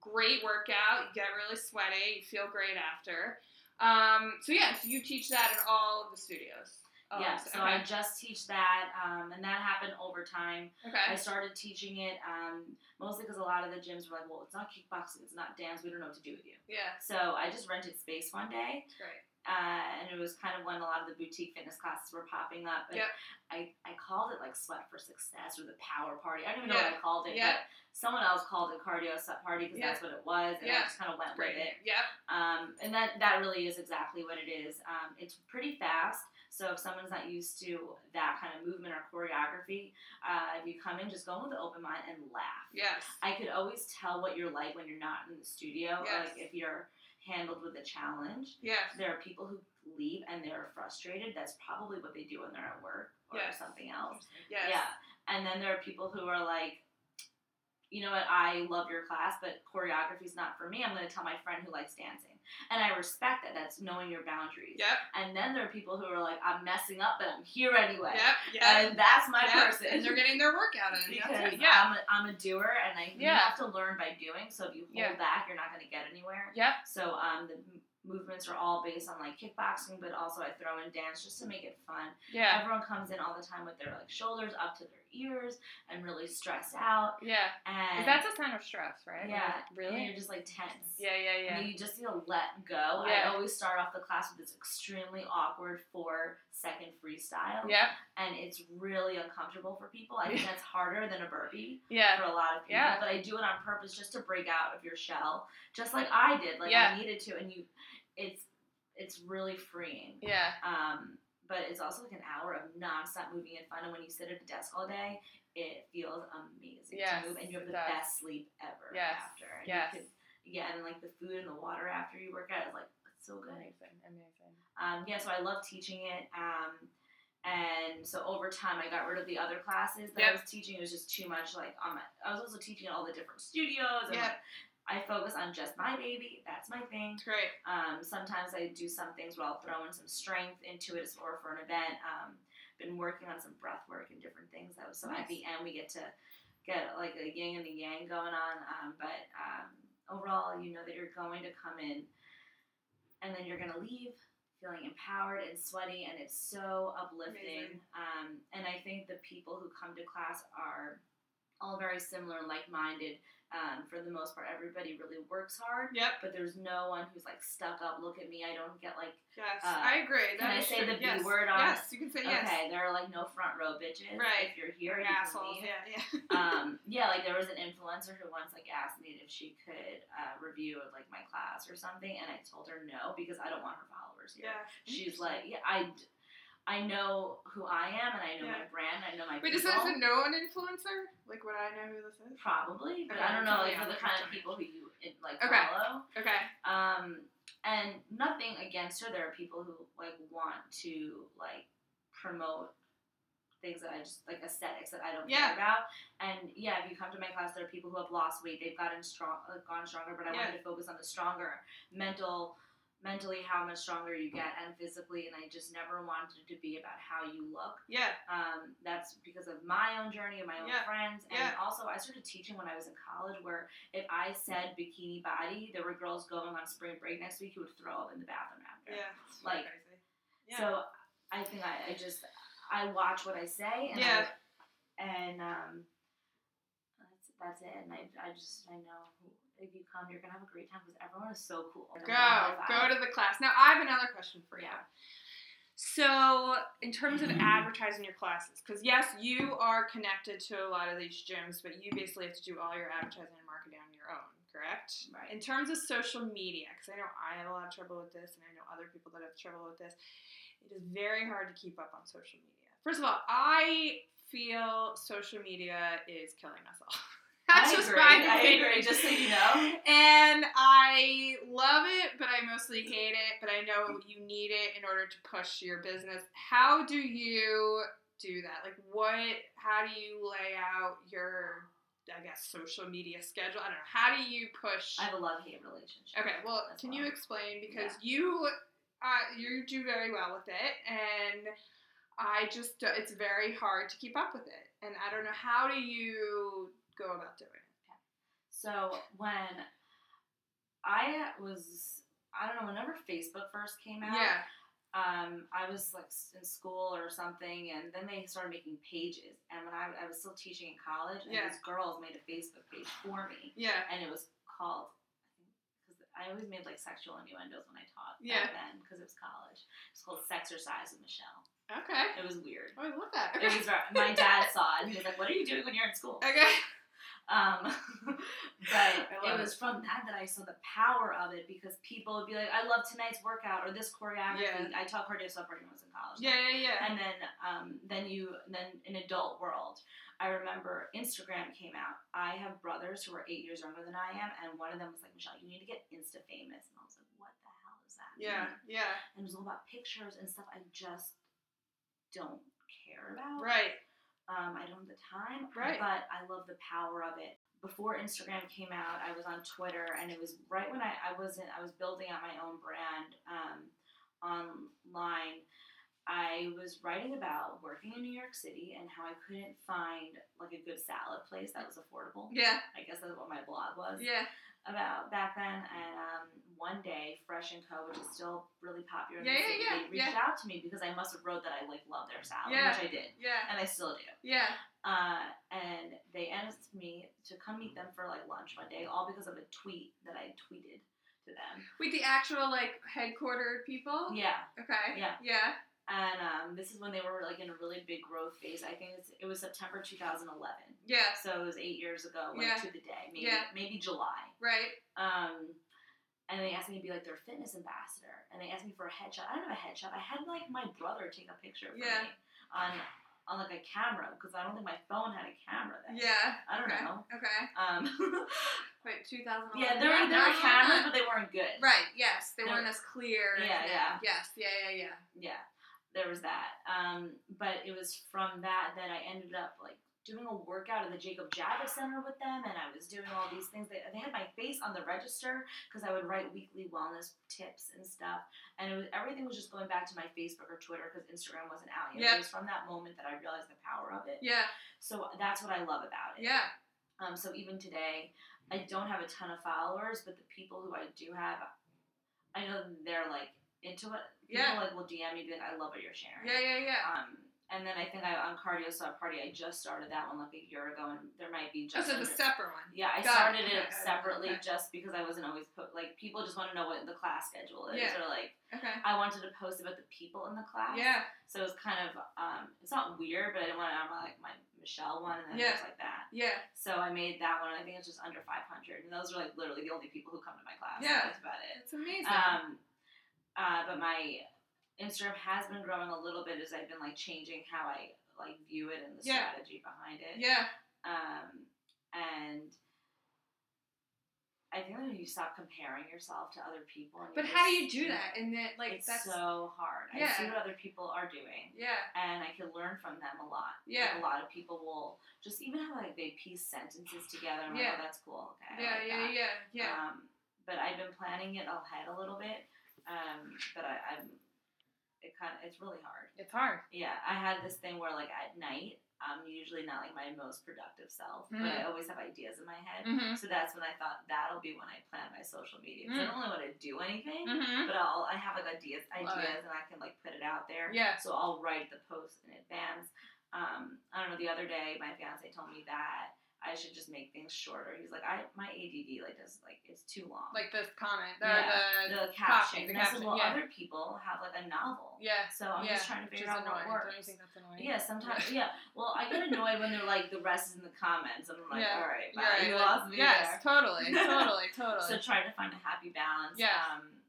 [SPEAKER 2] great workout. You get really sweaty. You feel great after. Um, so yeah, so you teach that at all of the studios. Oh,
[SPEAKER 3] yeah,
[SPEAKER 2] so-
[SPEAKER 3] so
[SPEAKER 2] okay.
[SPEAKER 3] I just teach that, um, and that happened over time. I
[SPEAKER 2] okay.
[SPEAKER 3] started teaching it um, mostly because a lot of the gyms were like, "Well, it's not kickboxing, it's not dance. We don't know what to do with you."
[SPEAKER 2] Yeah,
[SPEAKER 3] So I just rented space one day,
[SPEAKER 2] it's great.
[SPEAKER 3] uh, and it was kind of when a lot of the boutique fitness classes were popping up. And
[SPEAKER 2] Yep.
[SPEAKER 3] I, I called it like Sweat for Success or the Power Party. I don't even know what I called it,
[SPEAKER 2] Yeah.
[SPEAKER 3] but someone else called it Cardio Sweat Party because
[SPEAKER 2] Yeah.
[SPEAKER 3] that's what it was, and
[SPEAKER 2] Yeah.
[SPEAKER 3] I just kind of went with it.
[SPEAKER 2] Yep.
[SPEAKER 3] Um, and that, that really is exactly what it is. Um, it's pretty fast. So if someone's not used to that kind of movement or choreography, uh, if you come in, just go in with an open mind and laugh.
[SPEAKER 2] Yes.
[SPEAKER 3] I could always tell what you're like when you're not in the studio,
[SPEAKER 2] Yes.
[SPEAKER 3] like if you're handled with a challenge
[SPEAKER 2] Yes.
[SPEAKER 3] there are people who leave and they're frustrated. That's probably what they do when they're at work or
[SPEAKER 2] Yes.
[SPEAKER 3] something else.
[SPEAKER 2] Yes.
[SPEAKER 3] Yeah. And then there are people who are like, you know what, I love your class, but choreography's not for me. I'm going to tell my friend who likes dancing. And I respect that. That's knowing your boundaries.
[SPEAKER 2] Yep.
[SPEAKER 3] And then there are people who are like, I'm messing up, but I'm here anyway.
[SPEAKER 2] Yep. Yep.
[SPEAKER 3] And that's my
[SPEAKER 2] yep.
[SPEAKER 3] person.
[SPEAKER 2] And they're getting their workout in. That's
[SPEAKER 3] because
[SPEAKER 2] it. Yeah.
[SPEAKER 3] I'm, a, I'm a doer and I,
[SPEAKER 2] Yeah.
[SPEAKER 3] you have to learn by doing. So if you
[SPEAKER 2] Yeah.
[SPEAKER 3] hold back, you're not going to get anywhere.
[SPEAKER 2] Yep.
[SPEAKER 3] So um, the movements are all based on like kickboxing, but also I throw in dance just to make it fun.
[SPEAKER 4] Yeah.
[SPEAKER 3] Everyone comes in all the time with their like shoulders up to their ears and really stressed out.
[SPEAKER 4] Yeah.
[SPEAKER 3] And
[SPEAKER 4] That's a sign of stress, right?
[SPEAKER 3] Yeah. And
[SPEAKER 4] Really?
[SPEAKER 3] you're just like tense.
[SPEAKER 4] Yeah, yeah,
[SPEAKER 3] And
[SPEAKER 4] yeah.
[SPEAKER 3] you just need to let go.
[SPEAKER 4] Yeah.
[SPEAKER 3] I always start off the class with this extremely awkward four second freestyle.
[SPEAKER 4] Yep.
[SPEAKER 3] And it's really uncomfortable for people. I think that's harder than a burpee
[SPEAKER 4] Yeah.
[SPEAKER 3] for a lot of people.
[SPEAKER 4] Yeah.
[SPEAKER 3] But I do it on purpose just to break out of your shell. Just like I did. Like
[SPEAKER 4] Yeah.
[SPEAKER 3] I needed to and you it's it's really freeing.
[SPEAKER 4] Yeah.
[SPEAKER 3] Um but it's also like an hour of nonstop moving and fun. And when you sit at a desk all day, it feels amazing
[SPEAKER 4] Yes,
[SPEAKER 3] to move, and you have
[SPEAKER 4] it
[SPEAKER 3] the
[SPEAKER 4] does.
[SPEAKER 3] best sleep ever
[SPEAKER 4] Yes,
[SPEAKER 3] after. And you
[SPEAKER 4] yes.
[SPEAKER 3] could- yeah, and like the food and the water after you work out is like it's so good.
[SPEAKER 4] Amazing. Amazing.
[SPEAKER 3] Um, yeah, so I love teaching it. Um, and so over time, I got rid of the other classes that
[SPEAKER 4] Yep.
[SPEAKER 3] I was teaching. It was just too much. Like on my, I was also teaching at all the different studios. And
[SPEAKER 2] Yep.
[SPEAKER 3] like, I focus on just my baby. That's my thing.
[SPEAKER 2] It's great.
[SPEAKER 3] Um, sometimes I do some things where I'll throw in some strength into it or for an event. Um, been working on some breath work and different things. That was so
[SPEAKER 4] Nice.
[SPEAKER 3] at the end we get to get like a yin and a yang going on. Um, but um, overall, you know that you're going to come in and then you're going to leave feeling empowered and sweaty, and it's so uplifting. Um, and I think the people who come to class are all very similar and like-minded um, for the most part everybody really works hard
[SPEAKER 2] Yep.
[SPEAKER 3] but there's no one who's like stuck up. Look at me, I don't get like
[SPEAKER 2] Yes,
[SPEAKER 3] Uh,
[SPEAKER 2] I agree.
[SPEAKER 3] can
[SPEAKER 2] That
[SPEAKER 3] I
[SPEAKER 2] is
[SPEAKER 3] say
[SPEAKER 2] true.
[SPEAKER 3] the B
[SPEAKER 2] yes.
[SPEAKER 3] word on
[SPEAKER 2] Yes, you can say yes.
[SPEAKER 3] okay, there are like no front row bitches.
[SPEAKER 2] Right.
[SPEAKER 3] If you're here,
[SPEAKER 2] Or
[SPEAKER 3] you
[SPEAKER 2] assholes.
[SPEAKER 3] can leave.
[SPEAKER 2] Yeah, yeah.
[SPEAKER 3] um, yeah, like there was an influencer who once like asked me if she could uh, review like my class or something, and I told her no because I don't want her followers here.
[SPEAKER 2] yeah.
[SPEAKER 3] She's like, yeah, I, d- I know who I am, and I know my
[SPEAKER 2] Yeah.
[SPEAKER 3] brand, I know my
[SPEAKER 2] Wait, is
[SPEAKER 3] people.
[SPEAKER 2] this a known influencer? Like, would I know who this is?
[SPEAKER 3] Probably, but
[SPEAKER 2] Okay,
[SPEAKER 3] I don't know,
[SPEAKER 2] probably
[SPEAKER 3] like for the
[SPEAKER 2] not.
[SPEAKER 3] kind of people who you like
[SPEAKER 2] Okay.
[SPEAKER 3] follow.
[SPEAKER 2] Okay.
[SPEAKER 3] Um, and nothing against her. There are people who like want to like promote things that I just like aesthetics that I don't
[SPEAKER 2] Yeah.
[SPEAKER 3] care about. And yeah, if you come to my class, there are people who have lost weight. They've gotten strong, like, gone stronger. But I wanted to focus on the stronger mental, mentally how much stronger you get, and physically. And I just never wanted it to be about how you look
[SPEAKER 2] Yeah.
[SPEAKER 3] um, that's because of my own journey and my own
[SPEAKER 2] Yeah.
[SPEAKER 3] friends. And
[SPEAKER 2] Yeah.
[SPEAKER 3] also, I started teaching when I was in college, where if I said bikini body, there were girls going on spring break next week who would throw up in the bathroom after.
[SPEAKER 2] Yeah.
[SPEAKER 3] Like,
[SPEAKER 2] crazy.
[SPEAKER 3] So I think I, I just I watch what I say, and
[SPEAKER 2] Yeah.
[SPEAKER 3] I, and um, that's that's it. And I, I just I know if you come, you're gonna have a great time because everyone is so cool.
[SPEAKER 2] Go, go to the class. Now, I have another question for you.
[SPEAKER 3] Yeah.
[SPEAKER 2] So, in terms of advertising your classes, because yes, you are connected to a lot of these gyms, but you basically have to do all your advertising and marketing on your own, correct?
[SPEAKER 3] Right.
[SPEAKER 2] In terms of social media, because I know I have a lot of trouble with this, and I know other people that have trouble with this, it is very hard to keep up on social media. First of all, I feel social media is killing us all. That's
[SPEAKER 3] I
[SPEAKER 2] just
[SPEAKER 3] agree.
[SPEAKER 2] my
[SPEAKER 3] I
[SPEAKER 2] opinion.
[SPEAKER 3] agree. Just so you know.
[SPEAKER 2] And I love it, but I mostly hate it. But I know you need it in order to push your business. How do you do that? Like, what, how do you lay out your, I guess, social media schedule? I don't know. How do you push?
[SPEAKER 3] I have a love hate relationship.
[SPEAKER 2] Okay, well,
[SPEAKER 3] That's
[SPEAKER 2] can
[SPEAKER 3] all.
[SPEAKER 2] you explain because you uh, you do very well with it, and I just uh, it's very hard to keep up with it, and I don't know how do you go about doing it.
[SPEAKER 3] So when I was, I don't know, whenever Facebook first came out,
[SPEAKER 2] Yeah,
[SPEAKER 3] um, I was like s- in school or something, and then they started making pages. And when I, I was still teaching in college, and
[SPEAKER 2] Yeah.
[SPEAKER 3] these girls made a Facebook page for me,
[SPEAKER 2] yeah,
[SPEAKER 3] and it was called. Because I always made like sexual innuendos when I taught
[SPEAKER 2] Yeah.
[SPEAKER 3] back then because it was college. It was called Sexercise with Michelle.
[SPEAKER 2] okay.
[SPEAKER 3] It was weird.
[SPEAKER 2] Oh, I love that.
[SPEAKER 3] It
[SPEAKER 2] Okay,
[SPEAKER 3] was ver- my dad saw it. and He was like, "What are you doing when you're in school?"
[SPEAKER 2] okay.
[SPEAKER 3] Um, but
[SPEAKER 2] I love
[SPEAKER 3] it was from that that I saw the power of it because people would be like, "I love tonight's workout" or this choreography.
[SPEAKER 2] Yeah.
[SPEAKER 3] I taught cardio stuff when I was in college.
[SPEAKER 2] yeah, yeah, yeah.
[SPEAKER 3] And then, um, then you, then in adult world, I remember Instagram came out. I have brothers who are eight years younger than I am, and one of them was like, "Michelle, you need to get Insta famous," and I was like, "What the hell is that?"
[SPEAKER 2] Yeah,
[SPEAKER 3] mean?"
[SPEAKER 2] yeah,
[SPEAKER 3] And it was all about pictures and stuff. I just don't care about.
[SPEAKER 2] right.
[SPEAKER 3] Um, I don't have the time,
[SPEAKER 2] Right.
[SPEAKER 3] but I love the power of it. Before Instagram came out, I was on Twitter, and it was right when I, I wasn't. I was building out my own brand um, online. I I was writing about working in New York City and how I couldn't find like a good salad place that was affordable.
[SPEAKER 1] Yeah.
[SPEAKER 3] I guess that's what my blog was
[SPEAKER 1] Yeah.
[SPEAKER 3] about back then. And um, one day, Fresh and Co, which is still really popular, in the
[SPEAKER 1] Yeah, yeah,
[SPEAKER 3] city,
[SPEAKER 1] yeah,
[SPEAKER 3] they reached out to me because I must have wrote that I like love their salad,
[SPEAKER 1] Yeah.
[SPEAKER 3] which I did,
[SPEAKER 1] Yeah.
[SPEAKER 3] and I still do.
[SPEAKER 1] Yeah.
[SPEAKER 3] Uh, and they asked me to come meet them for like lunch one day, all because of a tweet that I tweeted to them.
[SPEAKER 1] With the actual like headquartered people.
[SPEAKER 3] Yeah.
[SPEAKER 1] Okay.
[SPEAKER 3] Yeah.
[SPEAKER 1] Yeah.
[SPEAKER 3] and um, this is when they were like in a really big growth phase. I think it's, it was September 2011,
[SPEAKER 1] Yeah.
[SPEAKER 3] so it was eight years ago, like
[SPEAKER 1] Yeah.
[SPEAKER 3] to the day, maybe
[SPEAKER 1] Yeah.
[SPEAKER 3] maybe July.
[SPEAKER 1] Right.
[SPEAKER 3] Um, and they asked me to be like their fitness ambassador, and they asked me for a headshot. I don't have a headshot. I had like my brother take a picture for
[SPEAKER 1] Yeah.
[SPEAKER 3] me on on like a camera because I don't think my phone had a camera then.
[SPEAKER 1] Yeah.
[SPEAKER 3] I don't
[SPEAKER 1] okay.
[SPEAKER 3] know.
[SPEAKER 1] Okay.
[SPEAKER 3] Um,
[SPEAKER 1] Wait, 2011.
[SPEAKER 3] yeah, there were there were cameras, but they weren't good.
[SPEAKER 1] uh, Right. Yes, they
[SPEAKER 3] There-
[SPEAKER 1] weren't as clear. as
[SPEAKER 3] Yeah,
[SPEAKER 1] now.
[SPEAKER 3] yeah.
[SPEAKER 1] Yes. Yeah. Yeah. Yeah.
[SPEAKER 3] yeah, there was that. Um, but it was from that that I ended up like doing a workout at the Jacob Javits Center with them, and I was doing all these things. They, they had my face on the register because I would write weekly wellness tips and stuff, and it was everything was just going back to my Facebook or Twitter because Instagram wasn't out yet.
[SPEAKER 1] Yep.
[SPEAKER 3] It was from that moment that I realized the power of it.
[SPEAKER 1] Yeah.
[SPEAKER 3] So that's what I love about it.
[SPEAKER 1] Yeah.
[SPEAKER 3] Um, so even today, I don't have a ton of followers, but the people who I do have, I know they're like into it. People
[SPEAKER 1] Yeah.
[SPEAKER 3] like will DM me be like, I love what you're sharing.
[SPEAKER 1] Yeah. Yeah. Yeah.
[SPEAKER 3] Um, and then I think I on cardio sub party, I just started that one like a year ago, and there might be
[SPEAKER 1] Oh,
[SPEAKER 3] just
[SPEAKER 1] so the
[SPEAKER 3] under-
[SPEAKER 1] separate one.
[SPEAKER 3] yeah,
[SPEAKER 1] Got
[SPEAKER 3] I
[SPEAKER 1] it.
[SPEAKER 3] started
[SPEAKER 1] Okay,
[SPEAKER 3] it
[SPEAKER 1] got it.
[SPEAKER 3] separately
[SPEAKER 1] Okay.
[SPEAKER 3] just because I wasn't always put like people just want to know what the class schedule is
[SPEAKER 1] Yeah.
[SPEAKER 3] or like
[SPEAKER 1] Okay.
[SPEAKER 3] I wanted to post about the people in the class.
[SPEAKER 1] Yeah.
[SPEAKER 3] So it's kind of um, it's not weird, but I didn't want to have like my Michelle one and then
[SPEAKER 1] Yeah.
[SPEAKER 3] things like that.
[SPEAKER 1] Yeah.
[SPEAKER 3] So I made that one. I think it's just under 500, and those are like literally the only people who come to my class.
[SPEAKER 1] Yeah.
[SPEAKER 3] that's about it.
[SPEAKER 1] It's amazing.
[SPEAKER 3] Um, uh, but my Instagram has been growing a little bit as I've been like changing how I like view it and the
[SPEAKER 1] Yeah.
[SPEAKER 3] strategy behind it.
[SPEAKER 1] yeah.
[SPEAKER 3] Um, and I think that you stop comparing yourself to other people. And
[SPEAKER 1] But
[SPEAKER 3] you
[SPEAKER 1] how do
[SPEAKER 3] just-
[SPEAKER 1] you do that? And that like
[SPEAKER 3] it's
[SPEAKER 1] that's
[SPEAKER 3] so hard. I see
[SPEAKER 1] Yeah.
[SPEAKER 3] what other people are doing
[SPEAKER 1] yeah.
[SPEAKER 3] and I can learn from them a lot. Like,
[SPEAKER 1] Yeah.
[SPEAKER 3] a lot of people will just even how like they piece sentences together. I'm
[SPEAKER 1] Yeah.
[SPEAKER 3] like, oh, that's cool. Okay. I
[SPEAKER 1] Yeah.
[SPEAKER 3] like
[SPEAKER 1] Yeah.
[SPEAKER 3] that."
[SPEAKER 1] Yeah. Yeah.
[SPEAKER 3] Um, but I've been planning it ahead a little bit. Um, but I, I'm it kind of it's really hard.
[SPEAKER 2] It's hard.
[SPEAKER 3] Yeah, I had this thing where like at night I'm usually not like my most productive self, but
[SPEAKER 2] Mm.
[SPEAKER 3] I always have ideas in my head.
[SPEAKER 2] Mm-hmm.
[SPEAKER 3] So that's when I thought that'll be when I plan my social media.
[SPEAKER 1] Mm.
[SPEAKER 3] 'Cause I don't really want to do anything,
[SPEAKER 2] Mm-hmm.
[SPEAKER 3] but I'll I have like ideas,
[SPEAKER 2] Love it.
[SPEAKER 3] ideas, and I can like put it out there.
[SPEAKER 2] Yeah.
[SPEAKER 3] So I'll write the post in advance. Um, I don't know. The other day, my fiance told me that I should just make things shorter. He's like, I my ADD like does like it's too long.
[SPEAKER 2] Like this comment. Or
[SPEAKER 3] Yeah.
[SPEAKER 2] the,
[SPEAKER 3] the caption.
[SPEAKER 2] the
[SPEAKER 3] And I said,
[SPEAKER 2] caption,
[SPEAKER 3] well,
[SPEAKER 2] yeah.
[SPEAKER 3] other people have like a novel.
[SPEAKER 2] yeah.
[SPEAKER 3] So I'm just trying to
[SPEAKER 2] Which is
[SPEAKER 3] figure out
[SPEAKER 2] annoying.
[SPEAKER 3] what
[SPEAKER 2] Don't you
[SPEAKER 3] works.
[SPEAKER 2] think that's annoying?
[SPEAKER 3] Yeah, sometimes. Yeah. Well, I get annoyed when they're like the rest is in the comments. I'm like,
[SPEAKER 2] Yeah.
[SPEAKER 3] all right, bye.
[SPEAKER 2] Yeah,
[SPEAKER 3] you
[SPEAKER 2] like,
[SPEAKER 3] lost me
[SPEAKER 2] yes,
[SPEAKER 3] there."
[SPEAKER 2] totally, totally, totally.
[SPEAKER 3] So trying to find a happy balance.
[SPEAKER 2] Yes.
[SPEAKER 3] Um,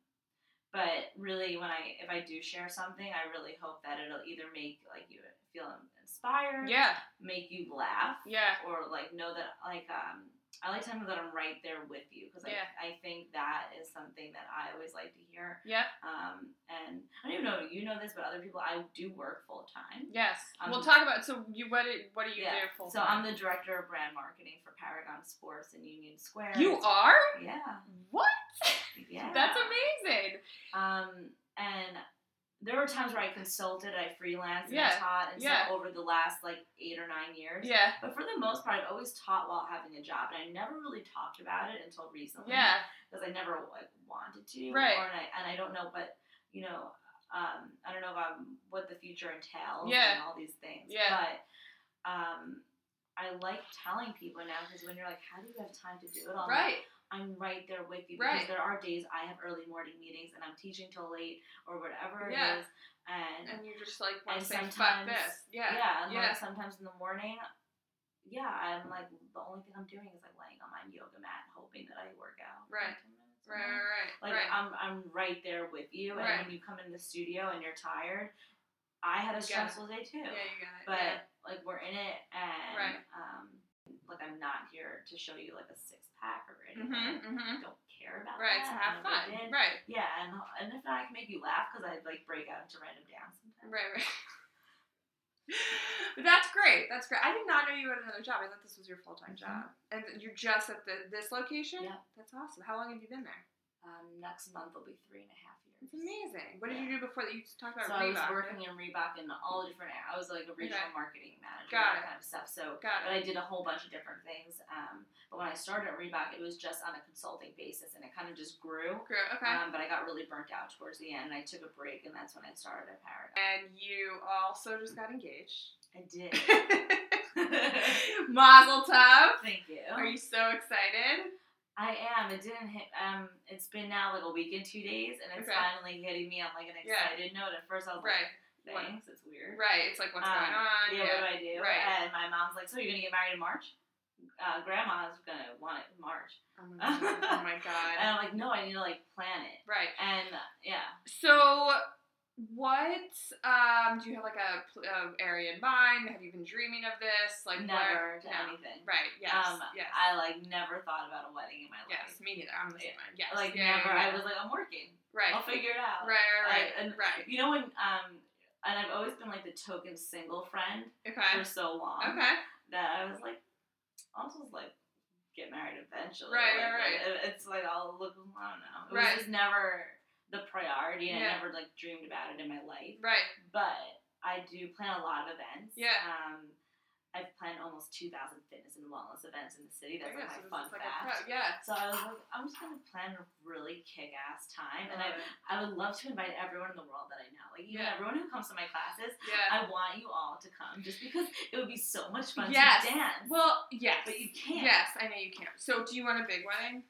[SPEAKER 3] but really, when I if I do share something, I really hope that it'll either make like you feel inspired,
[SPEAKER 2] yeah,
[SPEAKER 3] make you laugh,
[SPEAKER 2] yeah,
[SPEAKER 3] or like know that like um I like to know that I'm right there with you because
[SPEAKER 2] Yeah.
[SPEAKER 3] I, I think that is something that I always like to hear.
[SPEAKER 2] yeah,
[SPEAKER 3] Um, and I don't even know if you know this, but other people I do work full time.
[SPEAKER 2] yes.
[SPEAKER 3] Um,
[SPEAKER 2] we'll talk about. So you what? do- What do you do full
[SPEAKER 3] So I'm
[SPEAKER 2] time?
[SPEAKER 3] the director of brand marketing for Paragon Sports in Union Square.
[SPEAKER 2] You are
[SPEAKER 3] Yeah.
[SPEAKER 2] what?
[SPEAKER 3] Yeah.
[SPEAKER 2] That's amazing.
[SPEAKER 3] Um, and there were times where I consulted, I freelanced, and
[SPEAKER 2] Yeah,
[SPEAKER 3] I taught, and
[SPEAKER 2] yeah.
[SPEAKER 3] so over the last like eight or nine years.
[SPEAKER 2] Yeah,
[SPEAKER 3] But for the most part, I've always taught while having a job, and I never really talked about it until recently.
[SPEAKER 2] yeah,
[SPEAKER 3] because I never like wanted to.
[SPEAKER 2] Right.
[SPEAKER 3] Or, and I and I don't know, but you know, um, I don't know about what the future entails
[SPEAKER 2] Yeah.
[SPEAKER 3] and all these things.
[SPEAKER 2] Yeah.
[SPEAKER 3] But um, I like telling people now because when you're like, how do you have time to do it all?
[SPEAKER 2] right.
[SPEAKER 3] I'm right there with you
[SPEAKER 2] Right.
[SPEAKER 3] because there are days I have early morning meetings and I'm teaching till late or whatever
[SPEAKER 2] Yeah.
[SPEAKER 3] it is. And,
[SPEAKER 2] And you just like want to
[SPEAKER 3] And
[SPEAKER 2] say fuck
[SPEAKER 3] sometimes-
[SPEAKER 2] this. Yeah,
[SPEAKER 3] yeah, and
[SPEAKER 2] yeah.
[SPEAKER 3] like sometimes in the morning, yeah, I'm like the only thing I'm doing is like laying on my yoga mat hoping that I work out. for
[SPEAKER 1] Right.
[SPEAKER 3] 10 minutes or
[SPEAKER 1] right.
[SPEAKER 3] whatever.
[SPEAKER 1] Right. Right.
[SPEAKER 3] Like
[SPEAKER 1] right.
[SPEAKER 3] I'm I'm right there with you. And
[SPEAKER 1] Right.
[SPEAKER 3] when you come in the studio and you're tired, I had
[SPEAKER 1] You got it.
[SPEAKER 3] a stressful day too.
[SPEAKER 1] yeah, you got it.
[SPEAKER 3] But
[SPEAKER 1] yeah.
[SPEAKER 3] like we're in it and
[SPEAKER 1] Right.
[SPEAKER 3] um like I'm not here to show you like a six pack or anything.
[SPEAKER 1] Mhm.
[SPEAKER 3] I
[SPEAKER 2] Mm-hmm,
[SPEAKER 1] Mhm.
[SPEAKER 3] don't care about
[SPEAKER 1] Right.
[SPEAKER 3] that.
[SPEAKER 1] So
[SPEAKER 3] I
[SPEAKER 1] have
[SPEAKER 3] never
[SPEAKER 1] fun.
[SPEAKER 3] did.
[SPEAKER 2] Right.
[SPEAKER 3] Yeah, and and if not, I can make you laugh because I like break out into random dance sometimes.
[SPEAKER 1] Right. Right. But that's great. That's great. I did not know you had another job. I thought this was your full time job. And you're just at the, this location?
[SPEAKER 3] Mm-hmm. Yeah.
[SPEAKER 1] That's awesome. How long have you been there?
[SPEAKER 3] Um, next month will be three and a half years.
[SPEAKER 2] It's amazing. What did you do before that? You just talked about
[SPEAKER 3] So I was
[SPEAKER 2] Reebok,
[SPEAKER 3] working
[SPEAKER 2] right?
[SPEAKER 3] in Reebok in all different. I was like a regional marketing manager,
[SPEAKER 2] Got
[SPEAKER 3] that
[SPEAKER 2] it.
[SPEAKER 3] kind of stuff. So,
[SPEAKER 2] Got
[SPEAKER 3] but
[SPEAKER 2] it.
[SPEAKER 3] I did a whole bunch of different things. Um, but when I started at Reebok, it was just on a consulting basis, and it kind of just grew.
[SPEAKER 2] Grew- Okay.
[SPEAKER 3] Um, but I got really burnt out towards the end, and I took a break, and that's when I started at Paragon.
[SPEAKER 2] and you also just got engaged.
[SPEAKER 3] I did.
[SPEAKER 2] Mazel tov.
[SPEAKER 3] Thank you.
[SPEAKER 2] Are you so excited?
[SPEAKER 3] I am. It didn't hit. Um, it's been now like a week and two days, and it's
[SPEAKER 2] Okay.
[SPEAKER 3] finally hitting me on like an
[SPEAKER 2] Yeah.
[SPEAKER 3] excited note. At first, I was
[SPEAKER 2] Right.
[SPEAKER 3] like,
[SPEAKER 2] What-
[SPEAKER 3] "Thanks, it's weird."
[SPEAKER 2] Right. It's like what's
[SPEAKER 3] Um,
[SPEAKER 2] going on.
[SPEAKER 3] yeah, what do I do?
[SPEAKER 2] Right.
[SPEAKER 3] And my mom's like, "So you're gonna get married in March?" Uh, grandma's gonna want it in March,
[SPEAKER 2] Oh my god. Oh my god.
[SPEAKER 3] and I'm like, "No, I need to like plan it."
[SPEAKER 2] right.
[SPEAKER 3] And uh, yeah,
[SPEAKER 2] So, what um, do you have like a, pl- a area in mind? Have you been dreaming of this? Like where-
[SPEAKER 3] never to
[SPEAKER 2] no.
[SPEAKER 3] anything.
[SPEAKER 2] Right. Yes.
[SPEAKER 3] Um,
[SPEAKER 2] yes.
[SPEAKER 3] I like never thought about a wedding in my life.
[SPEAKER 2] yes. Me neither. I'm the same. way. Yes.
[SPEAKER 3] Like
[SPEAKER 2] yeah,
[SPEAKER 3] never.
[SPEAKER 2] yeah,
[SPEAKER 3] I was like, "I'm working.
[SPEAKER 2] Right.
[SPEAKER 3] I'll figure it out."
[SPEAKER 2] Right. Right.
[SPEAKER 3] I- and-
[SPEAKER 2] right.
[SPEAKER 3] You know when um, and I've always been like the token single friend
[SPEAKER 2] Okay.
[SPEAKER 3] for so long.
[SPEAKER 2] Okay.
[SPEAKER 3] that I was like, I'll just like get married eventually.
[SPEAKER 2] Right,
[SPEAKER 3] like,
[SPEAKER 2] right, right.
[SPEAKER 3] it- It's like I'll look. I don't know. It
[SPEAKER 2] Right.
[SPEAKER 3] was just never the priority, and
[SPEAKER 2] Yeah.
[SPEAKER 3] I never like dreamed about it in my life.
[SPEAKER 2] Right.
[SPEAKER 3] But I do plan a lot of events.
[SPEAKER 2] Yeah.
[SPEAKER 3] Um, I've planned almost two thousand fitness and wellness events in the city. That's like
[SPEAKER 2] Yeah,
[SPEAKER 3] my
[SPEAKER 2] so this
[SPEAKER 3] fun
[SPEAKER 2] is like a
[SPEAKER 3] fact.
[SPEAKER 2] pro- yeah.
[SPEAKER 3] so I was like, I'm just gonna plan a really kick-ass time, and
[SPEAKER 2] uh,
[SPEAKER 3] I, I would love to invite everyone in the world that I know, like even
[SPEAKER 2] Uh-huh. Yeah.
[SPEAKER 3] everyone who comes to my classes.
[SPEAKER 2] yeah.
[SPEAKER 3] I want you all to come just because it would be so much fun
[SPEAKER 2] Yes.
[SPEAKER 3] to dance.
[SPEAKER 2] Well, yes.
[SPEAKER 3] But you can't.
[SPEAKER 2] Yes, I know you can't. So, do you want a big wedding?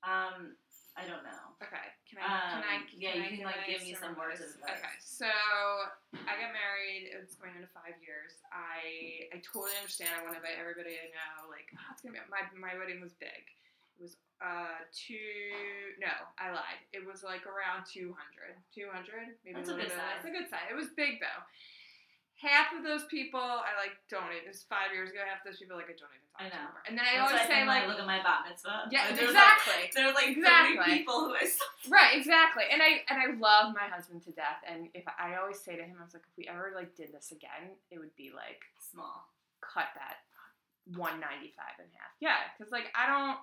[SPEAKER 3] Um, I don't know.
[SPEAKER 2] Okay. Can I?
[SPEAKER 3] Um,
[SPEAKER 2] can I?
[SPEAKER 3] yeah,
[SPEAKER 2] can
[SPEAKER 3] you
[SPEAKER 2] I
[SPEAKER 3] can,
[SPEAKER 2] give
[SPEAKER 3] like,
[SPEAKER 2] my
[SPEAKER 3] give me some words of advice.
[SPEAKER 2] Okay. So I got married. It's going into five years. I I totally understand. I want to invite everybody I know. Like, oh, it's gonna be my my wedding was big. It was uh two. No, I lied. It was like around 200, 200, maybe
[SPEAKER 3] That's
[SPEAKER 2] a little
[SPEAKER 3] a
[SPEAKER 2] bit. less.
[SPEAKER 3] good size.
[SPEAKER 2] That's a good size. It was big though. Half of those people, I like don't. It was five years ago. Half of those people, like I don't even talk to
[SPEAKER 3] I know.
[SPEAKER 2] anymore. And then I
[SPEAKER 3] That's
[SPEAKER 2] always
[SPEAKER 3] what
[SPEAKER 2] say
[SPEAKER 3] think when
[SPEAKER 2] like,
[SPEAKER 3] I look at my bat mitzvah.
[SPEAKER 2] yeah,
[SPEAKER 3] Like, there's, like,
[SPEAKER 2] exactly.
[SPEAKER 3] there were like
[SPEAKER 2] Exactly.
[SPEAKER 3] three people who I saw.
[SPEAKER 2] Right, exactly. And I and I love my husband to death. And if I always say to him, I was like, if we ever like did this again, it would be like
[SPEAKER 3] Small.
[SPEAKER 2] cut that one ninety five in half. Yeah, because like I don't.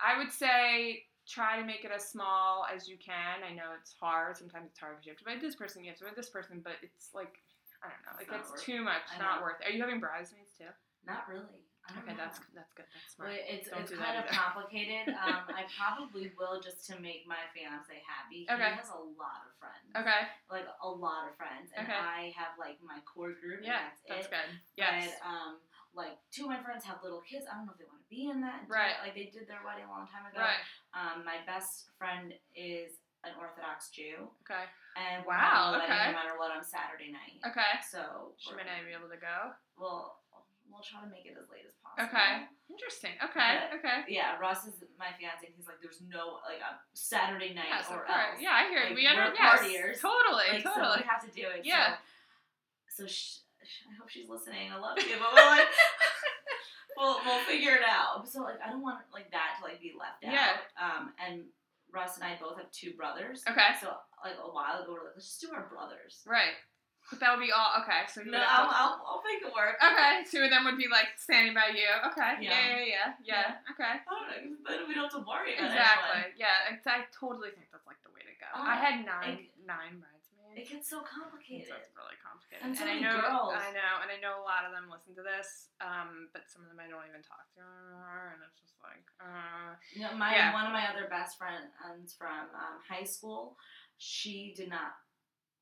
[SPEAKER 2] I would say try to make it as small as you can. I know it's hard. Sometimes it's hard because you have to buy this person, you have to buy this person, but it's like I don't know.
[SPEAKER 3] It's
[SPEAKER 2] Like
[SPEAKER 3] not
[SPEAKER 2] it's
[SPEAKER 3] worth
[SPEAKER 2] too much. Not
[SPEAKER 3] I know.
[SPEAKER 2] worth. it. Are you having bridesmaids too?
[SPEAKER 3] Not really. I don't
[SPEAKER 2] Okay,
[SPEAKER 3] know.
[SPEAKER 2] that's that's good. That's
[SPEAKER 3] Well,
[SPEAKER 2] smart.
[SPEAKER 3] it's
[SPEAKER 2] Don't
[SPEAKER 3] it's
[SPEAKER 2] do
[SPEAKER 3] kind
[SPEAKER 2] that
[SPEAKER 3] of
[SPEAKER 2] either.
[SPEAKER 3] complicated. Um, I probably will just to make my fiance happy. He
[SPEAKER 2] Okay.
[SPEAKER 3] has a lot of friends.
[SPEAKER 2] Okay.
[SPEAKER 3] Like a lot of friends, and
[SPEAKER 2] Okay.
[SPEAKER 3] I have like my core group.
[SPEAKER 2] Yeah,
[SPEAKER 3] and
[SPEAKER 2] that's
[SPEAKER 3] that's, it.
[SPEAKER 2] good. Yes.
[SPEAKER 3] But, um, like two of my friends have little kids. I don't know if they want to be in that. do
[SPEAKER 2] Right.
[SPEAKER 3] it. Like they did their wedding a long time ago.
[SPEAKER 2] Right.
[SPEAKER 3] Um, my best friend is an Orthodox Jew,
[SPEAKER 2] Okay.
[SPEAKER 3] and we're
[SPEAKER 2] Wow,
[SPEAKER 3] having a wedding
[SPEAKER 2] okay.
[SPEAKER 3] no matter what on Saturday night.
[SPEAKER 2] Okay.
[SPEAKER 3] So
[SPEAKER 2] Should
[SPEAKER 3] we're-
[SPEAKER 2] I be able to go?
[SPEAKER 3] we'll we'll try to make it as late as possible.
[SPEAKER 2] Okay. Interesting. Okay.
[SPEAKER 3] But-
[SPEAKER 2] Okay.
[SPEAKER 3] Yeah, Ross is my fiance. and He's like, there's no like a Saturday night
[SPEAKER 2] Yes,
[SPEAKER 3] or
[SPEAKER 2] of course.
[SPEAKER 3] else.
[SPEAKER 2] Yeah, I hear it.
[SPEAKER 3] Like,
[SPEAKER 2] we under
[SPEAKER 3] we're
[SPEAKER 2] yes,
[SPEAKER 3] partiers.
[SPEAKER 2] totally,
[SPEAKER 3] Like, So
[SPEAKER 2] totally.
[SPEAKER 3] we have to do it.
[SPEAKER 2] Yeah.
[SPEAKER 3] So, so sh- sh- I hope she's listening. I love you, but we're like, we'll we'll figure it out. So like, I don't want like that to like be left out.
[SPEAKER 2] Yeah.
[SPEAKER 3] Um, and Russ and I both have two brothers.
[SPEAKER 2] okay,
[SPEAKER 3] So like a while ago, we're like, let's just do our brothers.
[SPEAKER 2] right. But that would be all. Okay, so you
[SPEAKER 3] No,
[SPEAKER 2] would have
[SPEAKER 3] I'll,
[SPEAKER 2] to-
[SPEAKER 3] I'll, I'll make it work.
[SPEAKER 2] okay, two of them would be like standing by you. Okay, yeah, yeah,
[SPEAKER 3] Yeah.
[SPEAKER 2] yeah, yeah. yeah. Okay,
[SPEAKER 3] I don't know, 'cause then we don't have to worry about anyone.
[SPEAKER 2] exactly. Yeah, ex- I totally think that's like the way to go.
[SPEAKER 3] Oh,
[SPEAKER 2] I had nine
[SPEAKER 3] it-
[SPEAKER 2] nine
[SPEAKER 3] It
[SPEAKER 2] bridesmaids.
[SPEAKER 3] gets so
[SPEAKER 2] It's
[SPEAKER 3] complicated.
[SPEAKER 2] really complicated.
[SPEAKER 3] And so
[SPEAKER 2] I
[SPEAKER 3] many
[SPEAKER 2] know,
[SPEAKER 3] girls.
[SPEAKER 2] I know, and I know a lot of them listen to this, um, but some of them I don't even talk to anymore, and it's just like, uh,
[SPEAKER 3] You know, my
[SPEAKER 2] Yeah.
[SPEAKER 3] one of my other best friends from um, high school, she did not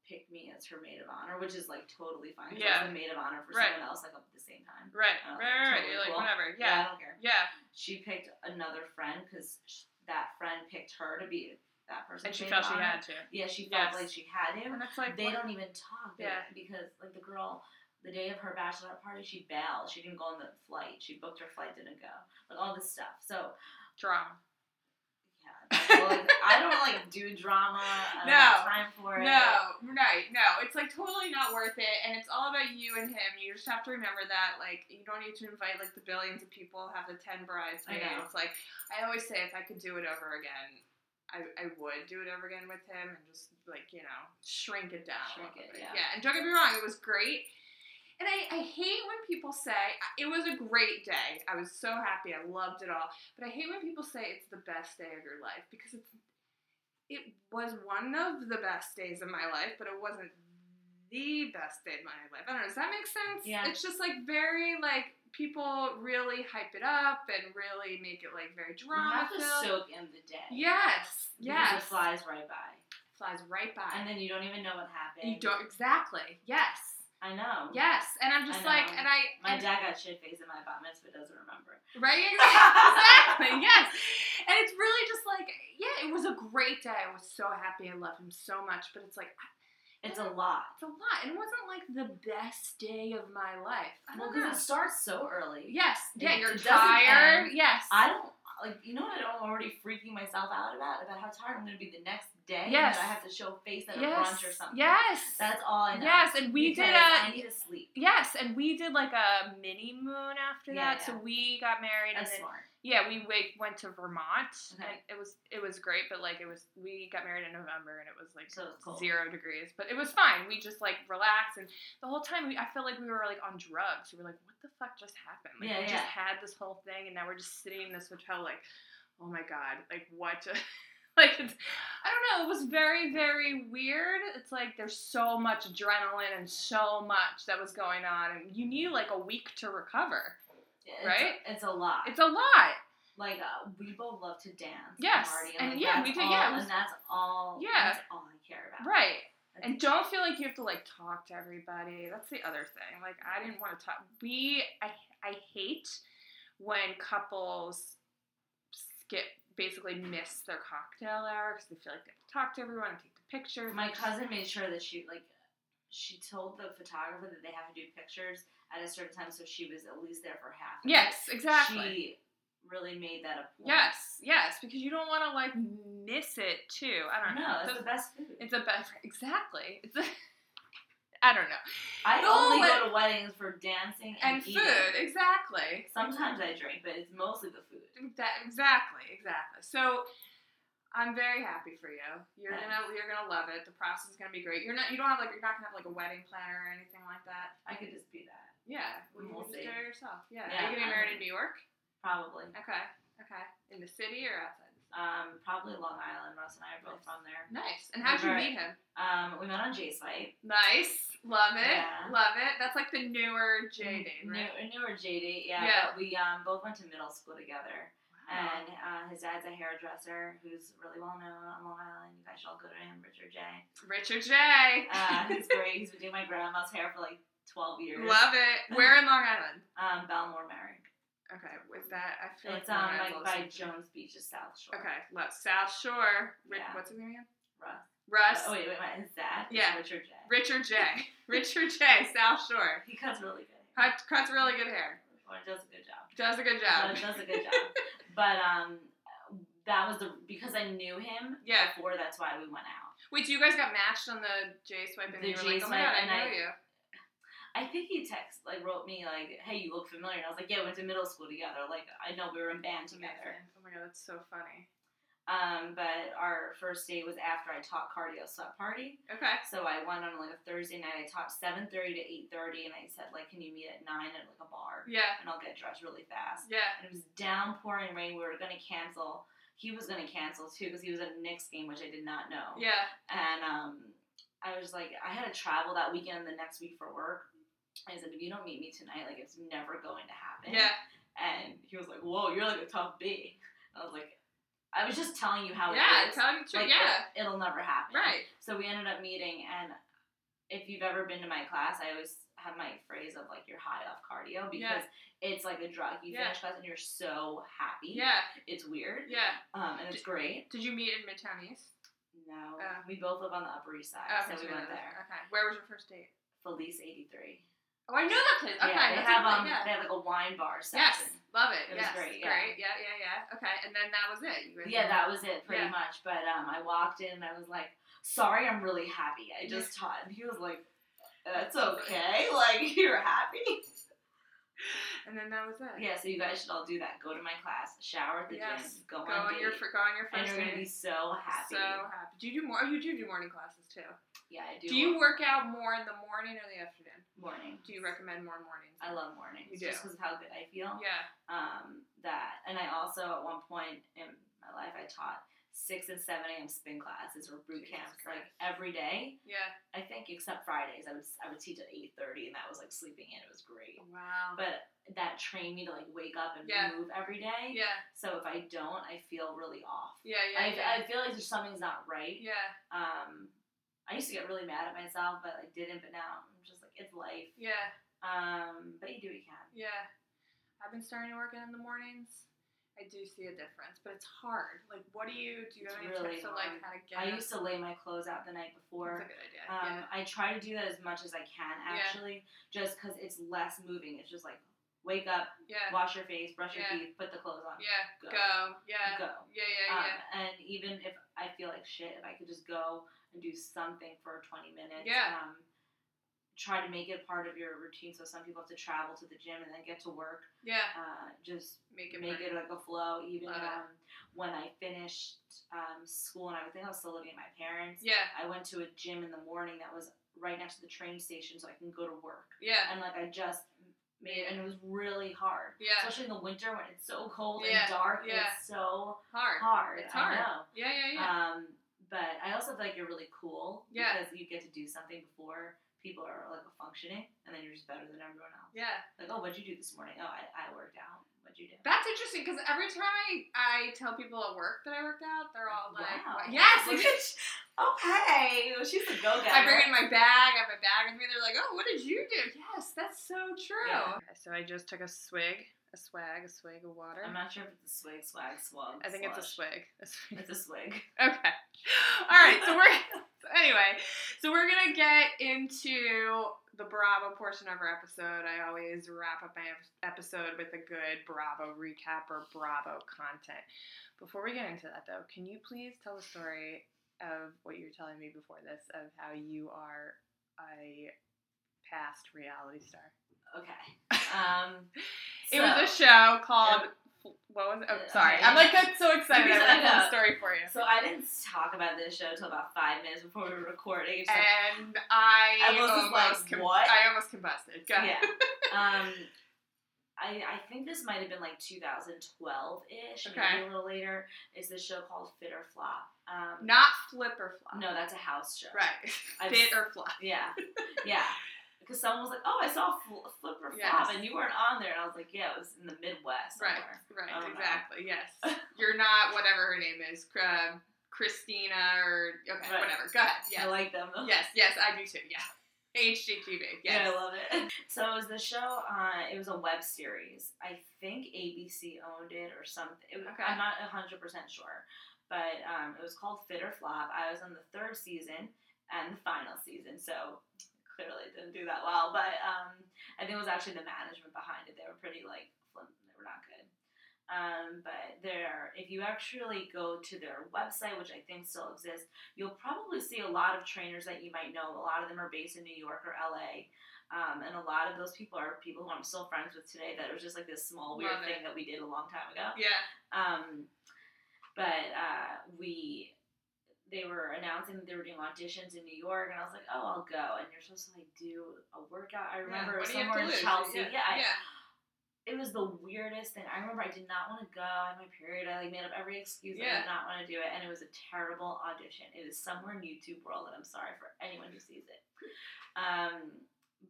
[SPEAKER 3] pick me as her maid of honor, which is like totally fine. 'cause
[SPEAKER 2] Yeah.
[SPEAKER 3] I was the maid of honor for
[SPEAKER 2] Right.
[SPEAKER 3] someone else like at the same time.
[SPEAKER 2] right,
[SPEAKER 3] Oh,
[SPEAKER 2] right, right,
[SPEAKER 3] totally
[SPEAKER 2] You're like
[SPEAKER 3] cool.
[SPEAKER 2] whatever.
[SPEAKER 3] I
[SPEAKER 2] Yeah,
[SPEAKER 3] don't care.
[SPEAKER 2] yeah.
[SPEAKER 3] She picked another friend because that friend picked her to be that person.
[SPEAKER 2] And she felt she had to.
[SPEAKER 3] Yeah, she felt
[SPEAKER 2] Yes.
[SPEAKER 3] like she had to.
[SPEAKER 2] And it's like
[SPEAKER 3] They don't even talk. They-
[SPEAKER 2] Yeah.
[SPEAKER 3] Because like the girl, the day of her bachelorette party, she bailed. She didn't go on the flight. She booked her flight, didn't go. Like all this stuff. So
[SPEAKER 2] drama.
[SPEAKER 3] Yeah, well, like, I don't like do drama. I don't have
[SPEAKER 2] No.
[SPEAKER 3] time for it.
[SPEAKER 2] No, right, no. It's like totally not worth it, and it's all about you and him. You just have to remember that. Like, you don't need to invite like the billions of people, have the ten bridesmaids.
[SPEAKER 3] I know.
[SPEAKER 2] It's like I always say, if I could do it over again, I, I would do it over again with him, and just like you know, shrink it down. a
[SPEAKER 3] Shrink
[SPEAKER 2] little
[SPEAKER 3] it,
[SPEAKER 2] bit.
[SPEAKER 3] yeah.
[SPEAKER 2] yeah. And don't get me wrong, it was great. And I, I hate when people say it was a great day. I was so happy. I loved it all. But I hate when people say it's the best day of your life because it's it was one of the best days of my life, but it wasn't the best day of my life. I don't know. Does that make sense?
[SPEAKER 3] Yeah.
[SPEAKER 2] It's just like very like people really hype it up and really make it like very
[SPEAKER 3] You have
[SPEAKER 2] drama
[SPEAKER 3] to
[SPEAKER 2] filled.
[SPEAKER 3] soak in the day.
[SPEAKER 2] yes.
[SPEAKER 3] Because
[SPEAKER 2] Yes.
[SPEAKER 3] It flies right by,
[SPEAKER 2] Flies right by.
[SPEAKER 3] and then you don't even know what happened.
[SPEAKER 2] you don't exactly. Yes.
[SPEAKER 3] I know.
[SPEAKER 2] Yes. And I'm just
[SPEAKER 3] I
[SPEAKER 2] like,
[SPEAKER 3] know.
[SPEAKER 2] and I
[SPEAKER 3] My
[SPEAKER 2] and-
[SPEAKER 3] dad got shit faced at my bat mitzvah, doesn't remember.
[SPEAKER 2] Right? Exactly. yes. And it's really just like, yeah, it was a great day. I was so happy. I love him so much. But it's like,
[SPEAKER 3] It's a lot.
[SPEAKER 2] it's a lot. And it wasn't like the best day of my life. I
[SPEAKER 3] Well,
[SPEAKER 2] don't know.
[SPEAKER 3] because it starts so early.
[SPEAKER 2] Yes. Yeah,
[SPEAKER 3] it-
[SPEAKER 2] you're
[SPEAKER 3] it doesn't
[SPEAKER 2] tired.
[SPEAKER 3] end.
[SPEAKER 2] Yes.
[SPEAKER 3] I don't like you know what I'm already freaking myself out about about how tired I'm gonna be the next day. and
[SPEAKER 2] Yes.
[SPEAKER 3] that I have to show face at a
[SPEAKER 2] yes.
[SPEAKER 3] brunch or something.
[SPEAKER 2] Yes.
[SPEAKER 3] That's all I know.
[SPEAKER 2] yes. And we
[SPEAKER 3] Because
[SPEAKER 2] did uh,
[SPEAKER 3] I
[SPEAKER 2] a.
[SPEAKER 3] need to sleep.
[SPEAKER 2] Yes, and we did like a mini moon after
[SPEAKER 3] Yeah,
[SPEAKER 2] that.
[SPEAKER 3] yeah.
[SPEAKER 2] So we got married, and
[SPEAKER 3] That's
[SPEAKER 2] then
[SPEAKER 3] smart.
[SPEAKER 2] Yeah, we wake, went to Vermont,
[SPEAKER 3] Okay.
[SPEAKER 2] and it was it was great. But like it was, we got married in November, and it was like
[SPEAKER 3] So it's cold.
[SPEAKER 2] zero degrees, but it was fine. We just like relaxed, and the whole time we, I felt like we were like on drugs. We were like, what the fuck just happened? Like
[SPEAKER 3] Yeah,
[SPEAKER 2] we
[SPEAKER 3] yeah.
[SPEAKER 2] just had this whole thing, and now we're just sitting in this hotel, like, oh my god, like what? just- like it's, I don't know. It was very very weird. It's like there's so much adrenaline and so much that was going on, and you need like a week to recover.
[SPEAKER 3] It's,
[SPEAKER 2] Right?
[SPEAKER 3] It's a lot.
[SPEAKER 2] It's a lot.
[SPEAKER 3] like uh, we both love to dance.
[SPEAKER 2] Yes,
[SPEAKER 3] Marty,
[SPEAKER 2] and
[SPEAKER 3] like,
[SPEAKER 2] yeah,
[SPEAKER 3] that's
[SPEAKER 2] we do,
[SPEAKER 3] All,
[SPEAKER 2] yeah, it was-
[SPEAKER 3] and that's all.
[SPEAKER 2] Yeah.
[SPEAKER 3] That's all I care about.
[SPEAKER 2] Right.
[SPEAKER 3] That's
[SPEAKER 2] And don't feel like you have to like talk to everybody. That's the other thing. Like I didn't want to talk. We I I hate when couples skip basically miss their cocktail hour because they feel like they have to talk to everyone and take the pictures.
[SPEAKER 3] My cousin made sure that she like she told the photographer that they have to do pictures at a certain time, so she was at least there for half. of it.
[SPEAKER 2] Yes, exactly.
[SPEAKER 3] She really made that a point.
[SPEAKER 2] yes, yes, because you don't want to like miss it too. I don't know.
[SPEAKER 3] No, it's
[SPEAKER 2] Those-
[SPEAKER 3] the best food.
[SPEAKER 2] It's a best. Exactly. It's a, I don't know.
[SPEAKER 3] I
[SPEAKER 2] No,
[SPEAKER 3] only
[SPEAKER 2] it-
[SPEAKER 3] go to weddings for dancing
[SPEAKER 2] And
[SPEAKER 3] and, eating.
[SPEAKER 2] food. Exactly.
[SPEAKER 3] Sometimes I drink, but it's mostly the food.
[SPEAKER 2] That, exactly, exactly. So I'm very happy for you. You're
[SPEAKER 3] Thanks.
[SPEAKER 2] gonna you're gonna love it. The process is gonna be great. You're not you don't have like you're not gonna have like a wedding planner or anything like that.
[SPEAKER 3] I could just be that,
[SPEAKER 2] Yeah, we
[SPEAKER 3] We'll
[SPEAKER 2] can just
[SPEAKER 3] see.
[SPEAKER 2] do it yourself. Yeah.
[SPEAKER 3] Yeah,
[SPEAKER 2] Are you getting
[SPEAKER 3] I'm-
[SPEAKER 2] married in New York?
[SPEAKER 3] probably.
[SPEAKER 2] Okay, okay. In the city or outside? the city?
[SPEAKER 3] Um, probably Long Island. Russ and I are both from there.
[SPEAKER 2] Nice. And how'd you
[SPEAKER 3] Alright.
[SPEAKER 2] meet him?
[SPEAKER 3] Um, we met on J Site.
[SPEAKER 2] Nice. Love it.
[SPEAKER 3] Yeah.
[SPEAKER 2] Love it. That's like the newer J dating, right?
[SPEAKER 3] New, newer J date, yeah.
[SPEAKER 2] Yeah.
[SPEAKER 3] But we um, both went to middle school together,
[SPEAKER 2] Wow.
[SPEAKER 3] and uh, his dad's a hairdresser who's really well known on Long Island. You guys should all go to him, Richard J.
[SPEAKER 2] Richard J.
[SPEAKER 3] Uh, he's great. He's been doing my grandma's hair for like twelve years.
[SPEAKER 2] love it. Where in Long Island?
[SPEAKER 3] Um, Belmore Merrick.
[SPEAKER 2] Okay, with that I feel
[SPEAKER 3] It's
[SPEAKER 2] like Long
[SPEAKER 3] um
[SPEAKER 2] Island's
[SPEAKER 3] like
[SPEAKER 2] always
[SPEAKER 3] by
[SPEAKER 2] something.
[SPEAKER 3] Jones Beach, just South Shore.
[SPEAKER 2] Okay, left South Shore. Rick,
[SPEAKER 3] Yeah.
[SPEAKER 2] What's his name again?
[SPEAKER 3] Russ.
[SPEAKER 2] Russ.
[SPEAKER 3] Oh wait, wait, wait. His dad. is
[SPEAKER 2] Yeah.
[SPEAKER 3] Richard J.
[SPEAKER 2] Richard J. Richard J. South Shore.
[SPEAKER 3] He cuts really good. hair.
[SPEAKER 2] Cut, cuts really good hair.
[SPEAKER 3] Well, he does a good job.
[SPEAKER 2] Does a good
[SPEAKER 3] Uh,
[SPEAKER 2] job.
[SPEAKER 3] does a good job. But um, that was the because I knew him
[SPEAKER 2] Yeah.
[SPEAKER 3] before. That's why we went out.
[SPEAKER 2] Wait, so you guys got matched on the J swipe and
[SPEAKER 3] The
[SPEAKER 2] you were like, oh my
[SPEAKER 3] J-swipe
[SPEAKER 2] god, I
[SPEAKER 3] and
[SPEAKER 2] know
[SPEAKER 3] I-
[SPEAKER 2] you.
[SPEAKER 3] I think he text like wrote me like, "Hey, you look familiar." And I was like, "Yeah, we went to middle school together. Like, I know we were in band together."
[SPEAKER 2] Amazing. Oh my god, that's so funny.
[SPEAKER 3] Um, but our first date was after I taught cardio sweat party.
[SPEAKER 2] Okay.
[SPEAKER 3] So I went on like a Thursday night. I taught seven thirty to eight thirty, and I said like, "Can you meet at nine at like a bar?"
[SPEAKER 2] Yeah.
[SPEAKER 3] And I'll get dressed really fast.
[SPEAKER 2] Yeah.
[SPEAKER 3] And it was downpouring rain. We were gonna cancel. He was gonna cancel too because he was at a Knicks game, which I did not know.
[SPEAKER 2] Yeah.
[SPEAKER 3] And um, I was like, I had to travel that weekend the next week for work. I said, if you don't meet me tonight, like it's never going to happen.
[SPEAKER 2] Yeah.
[SPEAKER 3] And he was like, Whoa, you're like a tough B. I was like, I was just telling you how
[SPEAKER 2] Yeah.
[SPEAKER 3] it is.
[SPEAKER 2] Tell him the truth.
[SPEAKER 3] Like,
[SPEAKER 2] Yeah.
[SPEAKER 3] it, will never happen.
[SPEAKER 2] Right.
[SPEAKER 3] So we ended up meeting, and if you've ever been to my class, I always have my phrase of like you're high off cardio because it's like a drug. You
[SPEAKER 2] Yeah.
[SPEAKER 3] finish class and you're so happy.
[SPEAKER 2] Yeah.
[SPEAKER 3] It's weird.
[SPEAKER 2] Yeah.
[SPEAKER 3] Um, and it's great.
[SPEAKER 2] Did you meet in Midtown East?
[SPEAKER 3] No,
[SPEAKER 2] Oh.
[SPEAKER 3] we both live on the Upper East Side,
[SPEAKER 2] Okay,
[SPEAKER 3] so
[SPEAKER 2] so you
[SPEAKER 3] we went
[SPEAKER 2] know that.
[SPEAKER 3] there.
[SPEAKER 2] Okay. Where was your first date?
[SPEAKER 3] Felice 83.
[SPEAKER 2] Oh, I knew that place. Okay.
[SPEAKER 3] yeah, they
[SPEAKER 2] that's
[SPEAKER 3] have
[SPEAKER 2] okay,
[SPEAKER 3] um,
[SPEAKER 2] yeah.
[SPEAKER 3] they have like a wine bar
[SPEAKER 2] Yes,
[SPEAKER 3] section.
[SPEAKER 2] love it.
[SPEAKER 3] It was
[SPEAKER 2] yes,
[SPEAKER 3] great,
[SPEAKER 2] great. Yeah,
[SPEAKER 3] yeah.
[SPEAKER 2] yeah, yeah. Okay, and then that was it. You guys
[SPEAKER 3] Yeah,
[SPEAKER 2] were-
[SPEAKER 3] that was it pretty
[SPEAKER 2] Yeah.
[SPEAKER 3] much. But um, I walked in and I was like, "Sorry, I'm really happy. I just taught." And he was like, "That's okay. Like you're happy."
[SPEAKER 2] And then that was it.
[SPEAKER 3] Yeah, so you guys should all do that. Go to my class, shower at the
[SPEAKER 2] Yes,
[SPEAKER 3] gym, go,
[SPEAKER 2] Go
[SPEAKER 3] on
[SPEAKER 2] on
[SPEAKER 3] date,
[SPEAKER 2] your fir- go on your
[SPEAKER 3] and
[SPEAKER 2] first
[SPEAKER 3] you're gonna be
[SPEAKER 2] date.
[SPEAKER 3] so happy.
[SPEAKER 2] So happy. Do you do more? Oh, you do do morning classes too.
[SPEAKER 3] yeah, I do.
[SPEAKER 2] Do, you work out more in the morning or the afternoon?
[SPEAKER 3] morning?
[SPEAKER 2] Do you recommend more mornings?
[SPEAKER 3] I love mornings
[SPEAKER 2] You do.
[SPEAKER 3] just because of how good I feel.
[SPEAKER 2] Yeah.
[SPEAKER 3] um, that. And I also, at one point in my life, I taught six and seven a.m. spin classes or boot
[SPEAKER 2] Jesus
[SPEAKER 3] camps
[SPEAKER 2] Christ.
[SPEAKER 3] like every day.
[SPEAKER 2] Yeah.
[SPEAKER 3] I think except Fridays. I would I would teach at eight thirty, and that was like sleeping in. It was great.
[SPEAKER 2] Wow.
[SPEAKER 3] But that trained me to like wake up and
[SPEAKER 2] Yeah.
[SPEAKER 3] move every day.
[SPEAKER 2] yeah.
[SPEAKER 3] So if I don't, I feel really off.
[SPEAKER 2] Yeah. Yeah.
[SPEAKER 3] I,
[SPEAKER 2] yeah.
[SPEAKER 3] I feel like there's something's not right.
[SPEAKER 2] yeah.
[SPEAKER 3] Um, I used to get really mad at myself, but I didn't. But now I'm just like it's life.
[SPEAKER 2] Yeah.
[SPEAKER 3] Um, but you do what you can.
[SPEAKER 2] Yeah. I've been starting to work in the mornings. I do see a difference, but it's hard. Like, what do you do? You
[SPEAKER 3] It's
[SPEAKER 2] have any
[SPEAKER 3] really
[SPEAKER 2] tips of like
[SPEAKER 3] hard.
[SPEAKER 2] how to get?
[SPEAKER 3] I
[SPEAKER 2] it?
[SPEAKER 3] used to lay my clothes out the night
[SPEAKER 2] That's
[SPEAKER 3] before.
[SPEAKER 2] a good idea.
[SPEAKER 3] Um, I try to do that as much as I can,
[SPEAKER 2] Yeah.
[SPEAKER 3] actually, just because it's less moving. It's just like wake up,
[SPEAKER 2] yeah.
[SPEAKER 3] wash your face, brush
[SPEAKER 2] Yeah.
[SPEAKER 3] your teeth, put the clothes on,
[SPEAKER 2] Yeah. Yeah.
[SPEAKER 3] go.
[SPEAKER 2] Go. Yeah.
[SPEAKER 3] go.
[SPEAKER 2] Yeah. Yeah.
[SPEAKER 3] Um,
[SPEAKER 2] Yeah.
[SPEAKER 3] and even if I feel like shit, if I could just go and do something for 20 minutes,
[SPEAKER 2] Yeah.
[SPEAKER 3] um, try to make it part of your routine. So some people have to travel to the gym and then get to work.
[SPEAKER 2] yeah.
[SPEAKER 3] Uh, just
[SPEAKER 2] Make it.
[SPEAKER 3] make
[SPEAKER 2] work.
[SPEAKER 3] it like a flow. Even
[SPEAKER 2] Love it.
[SPEAKER 3] um, when I finished um, school and I think I was still living at my parents,
[SPEAKER 2] Yeah.
[SPEAKER 3] I went to a gym in the morning that was right next to the train station so I can go to work.
[SPEAKER 2] Yeah.
[SPEAKER 3] And like I just made it, and it was really hard.
[SPEAKER 2] Yeah.
[SPEAKER 3] Especially in the winter when it's so cold
[SPEAKER 2] Yeah,
[SPEAKER 3] and dark,
[SPEAKER 2] yeah.
[SPEAKER 3] it's so
[SPEAKER 2] Hard.
[SPEAKER 3] hard.
[SPEAKER 2] It's hard.
[SPEAKER 3] I know.
[SPEAKER 2] Yeah. Yeah. Yeah.
[SPEAKER 3] Um, but I also feel like you're really cool
[SPEAKER 2] Yeah.
[SPEAKER 3] because you get to do something before people are like functioning, and then you're just better than everyone else.
[SPEAKER 2] yeah.
[SPEAKER 3] Like, oh, what'd you do this morning? Oh, I, I worked out. What'd you do?
[SPEAKER 2] That's interesting because every time I, I tell people at work that I worked out, they're all like,
[SPEAKER 3] Wow.
[SPEAKER 2] "Wha- "Yes,
[SPEAKER 3] Look Okay, well, she's a go getter.
[SPEAKER 2] I bring in my bag. I have my bag with me. They're like, "Oh, what did you do?" Yes, that's so true.
[SPEAKER 3] Yeah.
[SPEAKER 2] Okay, so I just took a swig, a swag, a swig of water.
[SPEAKER 3] I'm not sure if it's a swig, swag, swag.
[SPEAKER 2] I think it's a swig. A swig.
[SPEAKER 3] It's a swig.
[SPEAKER 2] Okay. All right. So we're anyway. So we're gonna get into the Bravo portion of our episode. I always wrap up my ep- episode with a good Bravo recap or Bravo content. Before we get into that, though, can you please tell the story of what you were telling me before this of how you are a past reality star?
[SPEAKER 3] Okay. Um,
[SPEAKER 2] it was
[SPEAKER 3] so-
[SPEAKER 2] a show called. What was it? Oh,
[SPEAKER 3] Yeah,
[SPEAKER 2] sorry.
[SPEAKER 3] okay.
[SPEAKER 2] I'm like that's so excited.
[SPEAKER 3] You
[SPEAKER 2] I
[SPEAKER 3] can
[SPEAKER 2] wrote
[SPEAKER 3] set it
[SPEAKER 2] the
[SPEAKER 3] up.
[SPEAKER 2] story for you.
[SPEAKER 3] So I didn't talk about this show until about five minutes before we were recording. It's just like,
[SPEAKER 2] and I
[SPEAKER 3] I was just like,
[SPEAKER 2] almost com-
[SPEAKER 3] "What?"
[SPEAKER 2] I almost combusted. Go ahead.
[SPEAKER 3] yeah. Um, I, I think this might have been like 2012 ish,
[SPEAKER 2] Okay.
[SPEAKER 3] maybe a little later. Is this show called Fit or Flop? Um,
[SPEAKER 2] Not flip or flop.
[SPEAKER 3] no, that's a house show.
[SPEAKER 2] right.
[SPEAKER 3] I've
[SPEAKER 2] Fit
[SPEAKER 3] s-
[SPEAKER 2] or flop.
[SPEAKER 3] Yeah, yeah. Because someone was like, "Oh, I saw Fl- Flip or Flop,"
[SPEAKER 2] Yes.
[SPEAKER 3] and you weren't on there, and I was like, "Yeah, it was in the Midwest."
[SPEAKER 2] Right.
[SPEAKER 3] Somewhere.
[SPEAKER 2] Right.
[SPEAKER 3] I don't know.
[SPEAKER 2] Exactly. Yes. You're not whatever her name is, Cr- um, Christina or okay,
[SPEAKER 3] Right.
[SPEAKER 2] whatever. Go ahead.
[SPEAKER 3] I
[SPEAKER 2] Yes.
[SPEAKER 3] like them. though.
[SPEAKER 2] Yes. Yes. I do too. Yeah. HGTV. Yes.
[SPEAKER 3] Yeah, I love it. So it was the show. Uh, it was a web series. I think ABC owned it or something. It-
[SPEAKER 2] Okay.
[SPEAKER 3] I'm not hundred percent sure, but um, it was called Fit or Flop. I was on the third season and the final season, so clearly it didn't do that well. But um, I think it was actually the management behind it. They were pretty like flim- they were not good. Um, but there, if you actually go to their website, which I think still exists, you'll probably see a lot of trainers that you might know. A lot of them are based in New York or LA. Um, and a lot of those people are people who I'm still friends with today that it was just like this small weird
[SPEAKER 2] Love it.
[SPEAKER 3] thing that we did a long time ago.
[SPEAKER 2] Yeah.
[SPEAKER 3] Um, but uh, we, they were announcing that they were doing auditions in New York, and I was like, oh, I'll go. And you're supposed to like do a workout. I
[SPEAKER 2] yeah.
[SPEAKER 3] remember it
[SPEAKER 2] What
[SPEAKER 3] was
[SPEAKER 2] do you have to
[SPEAKER 3] somewhere in
[SPEAKER 2] lose?
[SPEAKER 3] Chelsea.
[SPEAKER 2] Yeah.
[SPEAKER 3] Yeah, I-
[SPEAKER 2] yeah.
[SPEAKER 3] it was the weirdest thing. I remember I did not want to go. I had my period. I like made up every excuse.
[SPEAKER 2] Yeah.
[SPEAKER 3] I did not want to do it, and it was a terrible audition. It is somewhere in YouTube world, and I'm sorry for anyone who sees it. Um,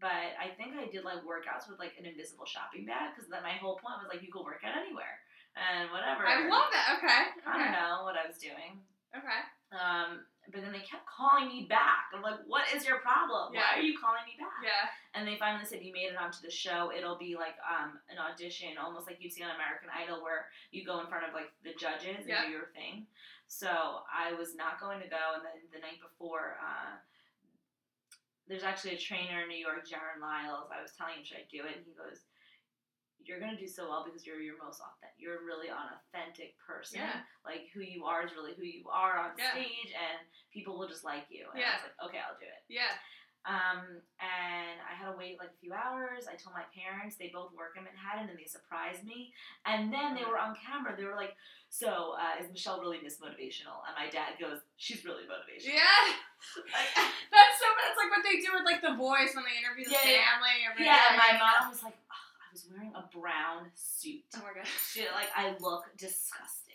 [SPEAKER 3] but I think I did like workouts with like an invisible shopping bag because then my whole point was like you can work out anywhere and whatever.
[SPEAKER 2] I love that. Okay.
[SPEAKER 3] I
[SPEAKER 2] Okay.
[SPEAKER 3] don't know what I was doing.
[SPEAKER 2] Okay.
[SPEAKER 3] Um, but then they kept calling me back. I'm like, what is your problem?
[SPEAKER 2] Yeah.
[SPEAKER 3] Why are you calling me back?
[SPEAKER 2] Yeah.
[SPEAKER 3] and they finally said you made it onto the show. It'll be like um, an audition, almost like you'd see on American Idol, where you go in front of like the judges and
[SPEAKER 2] Yeah.
[SPEAKER 3] do your thing. So I was not going to go, and then the night before, uh, there's actually a trainer in New York, Jaron Lyles. I was telling him should I do it, and he goes, "You're gonna do so well because you're your most authentic. You're really an authentic person.
[SPEAKER 2] Yeah.
[SPEAKER 3] Like who you are is really who you are on
[SPEAKER 2] Yeah.
[SPEAKER 3] stage, and people will just like you." And I was like, "Okay, I'll do it."
[SPEAKER 2] Yeah.
[SPEAKER 3] Um, and I had to wait like a few hours. I told my parents, they both work in Manhattan, and they surprised me. And then they were on camera. They were like, "So uh, is Michelle really Miss Motivational?" And my dad goes, "She's really motivational."
[SPEAKER 2] Yeah. That's so. That's like what they do with like the voice when they interview the
[SPEAKER 3] Yeah, yeah.
[SPEAKER 2] family. or-
[SPEAKER 3] Yeah. and my mom was like, oh, "I was wearing a brown suit.
[SPEAKER 2] Oh my gosh.
[SPEAKER 3] She like I look disgusting."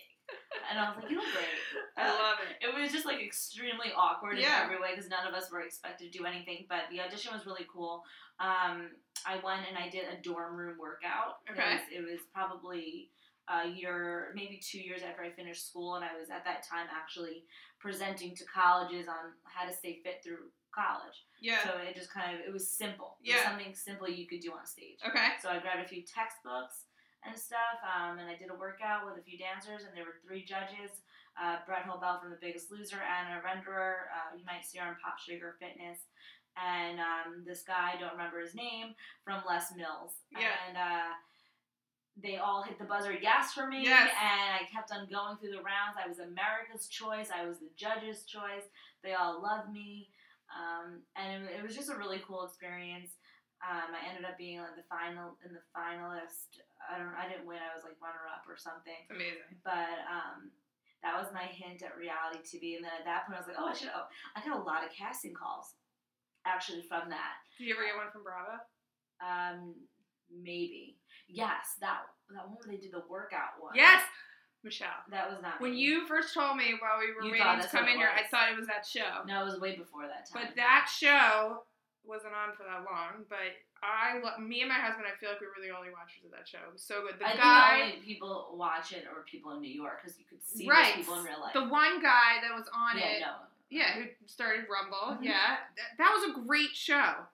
[SPEAKER 3] and I was like, you look great.
[SPEAKER 2] I love it.
[SPEAKER 3] It was just like extremely awkward
[SPEAKER 2] Yeah.
[SPEAKER 3] in every way because none of us were expected to do anything. But the audition was really cool. Um, I went and I did a dorm room workout. It
[SPEAKER 2] Okay.
[SPEAKER 3] was- It was, probably a year, maybe two years after I finished school, and I was at that time actually presenting to colleges on how to stay fit through college.
[SPEAKER 2] Yeah.
[SPEAKER 3] So it just kind of it was simple. It was
[SPEAKER 2] Yeah.
[SPEAKER 3] something simple you could do on stage.
[SPEAKER 2] Okay.
[SPEAKER 3] So I grabbed a few textbooks and stuff, um, and I did a workout with a few dancers, and there were three judges: uh, Brett Hobel from The Biggest Loser, Anna Renderer, uh, you might see her on Pop Sugar Fitness, and um, this guy I don't remember his name from Les Mills.
[SPEAKER 2] Yeah.
[SPEAKER 3] And uh, they all hit the buzzer yes for me,
[SPEAKER 2] Yes.
[SPEAKER 3] and I kept on going through the rounds. I was America's choice. I was the judge's choice. They all loved me, um, and it, it was just a really cool experience. Um, I ended up being like the final in the finalist. I don't. I didn't win. I was like runner up or something.
[SPEAKER 2] It's amazing.
[SPEAKER 3] But um, that was my hint at reality TV. And then at that point, I was like, oh, I should. Oh, I got a lot of casting calls, actually, from that.
[SPEAKER 2] Did you ever get one from Bravo?
[SPEAKER 3] Um, maybe yes, that that one where they did the workout one.
[SPEAKER 2] Yes, Michelle.
[SPEAKER 3] that was not
[SPEAKER 2] When
[SPEAKER 3] me.
[SPEAKER 2] you first told me while we were
[SPEAKER 3] You thought
[SPEAKER 2] waiting to
[SPEAKER 3] that's what
[SPEAKER 2] come in
[SPEAKER 3] it
[SPEAKER 2] here, I
[SPEAKER 3] was.
[SPEAKER 2] thought it was that show.
[SPEAKER 3] No, it was way before that time.
[SPEAKER 2] But that show wasn't on for that long. But I, lo- me and my husband, I feel like we were the only watchers of that show. It was so good. The guy,
[SPEAKER 3] I think the only people watch it are people in New York because you could see
[SPEAKER 2] Right.
[SPEAKER 3] those people in real life.
[SPEAKER 2] the one guy that was on
[SPEAKER 3] yeah,
[SPEAKER 2] it,
[SPEAKER 3] no.
[SPEAKER 2] yeah, who started Rumble,
[SPEAKER 3] Mhm.
[SPEAKER 2] yeah, Th- that was a great show,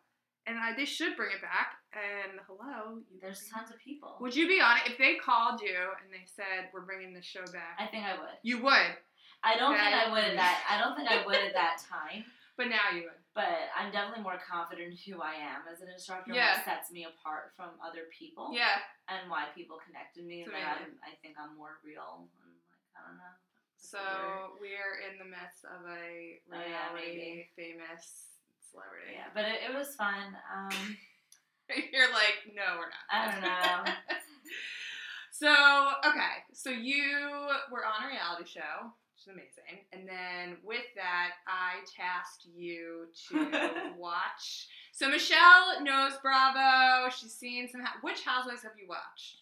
[SPEAKER 2] and I, they should bring it back. And hello, you-
[SPEAKER 3] There's tons of people.
[SPEAKER 2] would you be on it if they called you and they said we're bringing the show back?
[SPEAKER 3] I think I would.
[SPEAKER 2] you would,
[SPEAKER 3] I don't
[SPEAKER 2] That
[SPEAKER 3] think I
[SPEAKER 2] is-
[SPEAKER 3] would at that. I don't think I would at that time.
[SPEAKER 2] but now you would.
[SPEAKER 3] But I'm definitely more confident in who I am as an instructor.
[SPEAKER 2] Yeah.
[SPEAKER 3] What sets me apart from other people
[SPEAKER 2] Yeah,
[SPEAKER 3] and why people connect with me.
[SPEAKER 2] It's
[SPEAKER 3] And that I'm, I think I'm more real. And like I don't know.
[SPEAKER 2] So we are in the midst of a
[SPEAKER 3] Oh, yeah,
[SPEAKER 2] reality
[SPEAKER 3] maybe.
[SPEAKER 2] famous celebrity.
[SPEAKER 3] Yeah, but it, it was fun. Um,
[SPEAKER 2] You're like, no, we're not.
[SPEAKER 3] I don't know.
[SPEAKER 2] So okay, so you were on a reality show, which is amazing, and then with that, I tasked you to watch. So Michelle knows Bravo. She's seen some. hou- Which Housewives have you watched?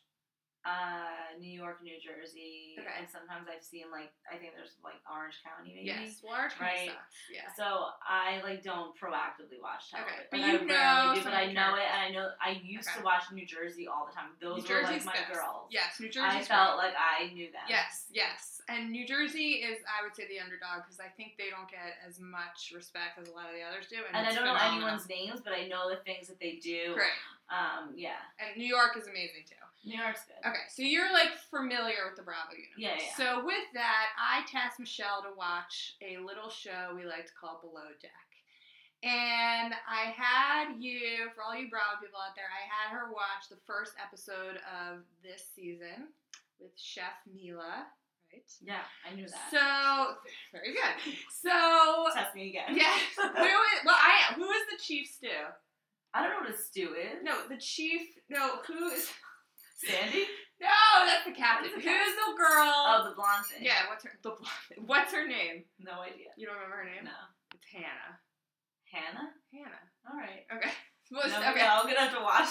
[SPEAKER 3] Uh, New York, New Jersey,
[SPEAKER 2] Okay.
[SPEAKER 3] and sometimes I've seen like I think there's like Orange County maybe.
[SPEAKER 2] Yes, large
[SPEAKER 3] Right.
[SPEAKER 2] Yes.
[SPEAKER 3] So I like don't proactively watch
[SPEAKER 2] Okay,
[SPEAKER 3] television,
[SPEAKER 2] but
[SPEAKER 3] I
[SPEAKER 2] you
[SPEAKER 3] rarely
[SPEAKER 2] know
[SPEAKER 3] do,
[SPEAKER 2] some
[SPEAKER 3] but I
[SPEAKER 2] of the
[SPEAKER 3] know it, and I know I used
[SPEAKER 2] Okay.
[SPEAKER 3] to watch New Jersey all the time. Those
[SPEAKER 2] New
[SPEAKER 3] were
[SPEAKER 2] Jersey's
[SPEAKER 3] like my
[SPEAKER 2] best.
[SPEAKER 3] girls.
[SPEAKER 2] Yes, New
[SPEAKER 3] I
[SPEAKER 2] Jersey's
[SPEAKER 3] felt
[SPEAKER 2] great.
[SPEAKER 3] like I knew them.
[SPEAKER 2] Yes, yes. And New Jersey is, I would say, the underdog because I think they don't get as much respect as a lot of the others do. And,
[SPEAKER 3] and I
[SPEAKER 2] it's
[SPEAKER 3] don't know
[SPEAKER 2] phenomenal.
[SPEAKER 3] anyone's names, but I know the things that they do.
[SPEAKER 2] Great.
[SPEAKER 3] Um, yeah,
[SPEAKER 2] And New York is amazing too.
[SPEAKER 3] New York's good.
[SPEAKER 2] Okay, so you're like familiar with the Bravo universe.
[SPEAKER 3] Yeah, yeah.
[SPEAKER 2] So with that, I tasked Michelle to watch a little show we like to call Below Deck. And I had you, for all you Bravo people out there, I had her watch the first episode of this season with Chef Mila, right?
[SPEAKER 3] Yeah, I knew that.
[SPEAKER 2] So very good. So
[SPEAKER 3] Test me again.
[SPEAKER 2] yes, who is well I who is the chief stew?
[SPEAKER 3] I don't know what a stew is.
[SPEAKER 2] No, the chief. No, who is?
[SPEAKER 3] Sandy.
[SPEAKER 2] No, that's the captain. Who is the girl?
[SPEAKER 3] Oh, the blonde thing.
[SPEAKER 2] yeah, what's her the blonde- What's her name?
[SPEAKER 3] No idea.
[SPEAKER 2] You don't remember her name?
[SPEAKER 3] No.
[SPEAKER 2] It's Hannah.
[SPEAKER 3] Hannah.
[SPEAKER 2] Hannah.
[SPEAKER 3] All right.
[SPEAKER 2] Okay. Well,
[SPEAKER 3] No,
[SPEAKER 2] okay.
[SPEAKER 3] no, I'm gonna have to watch.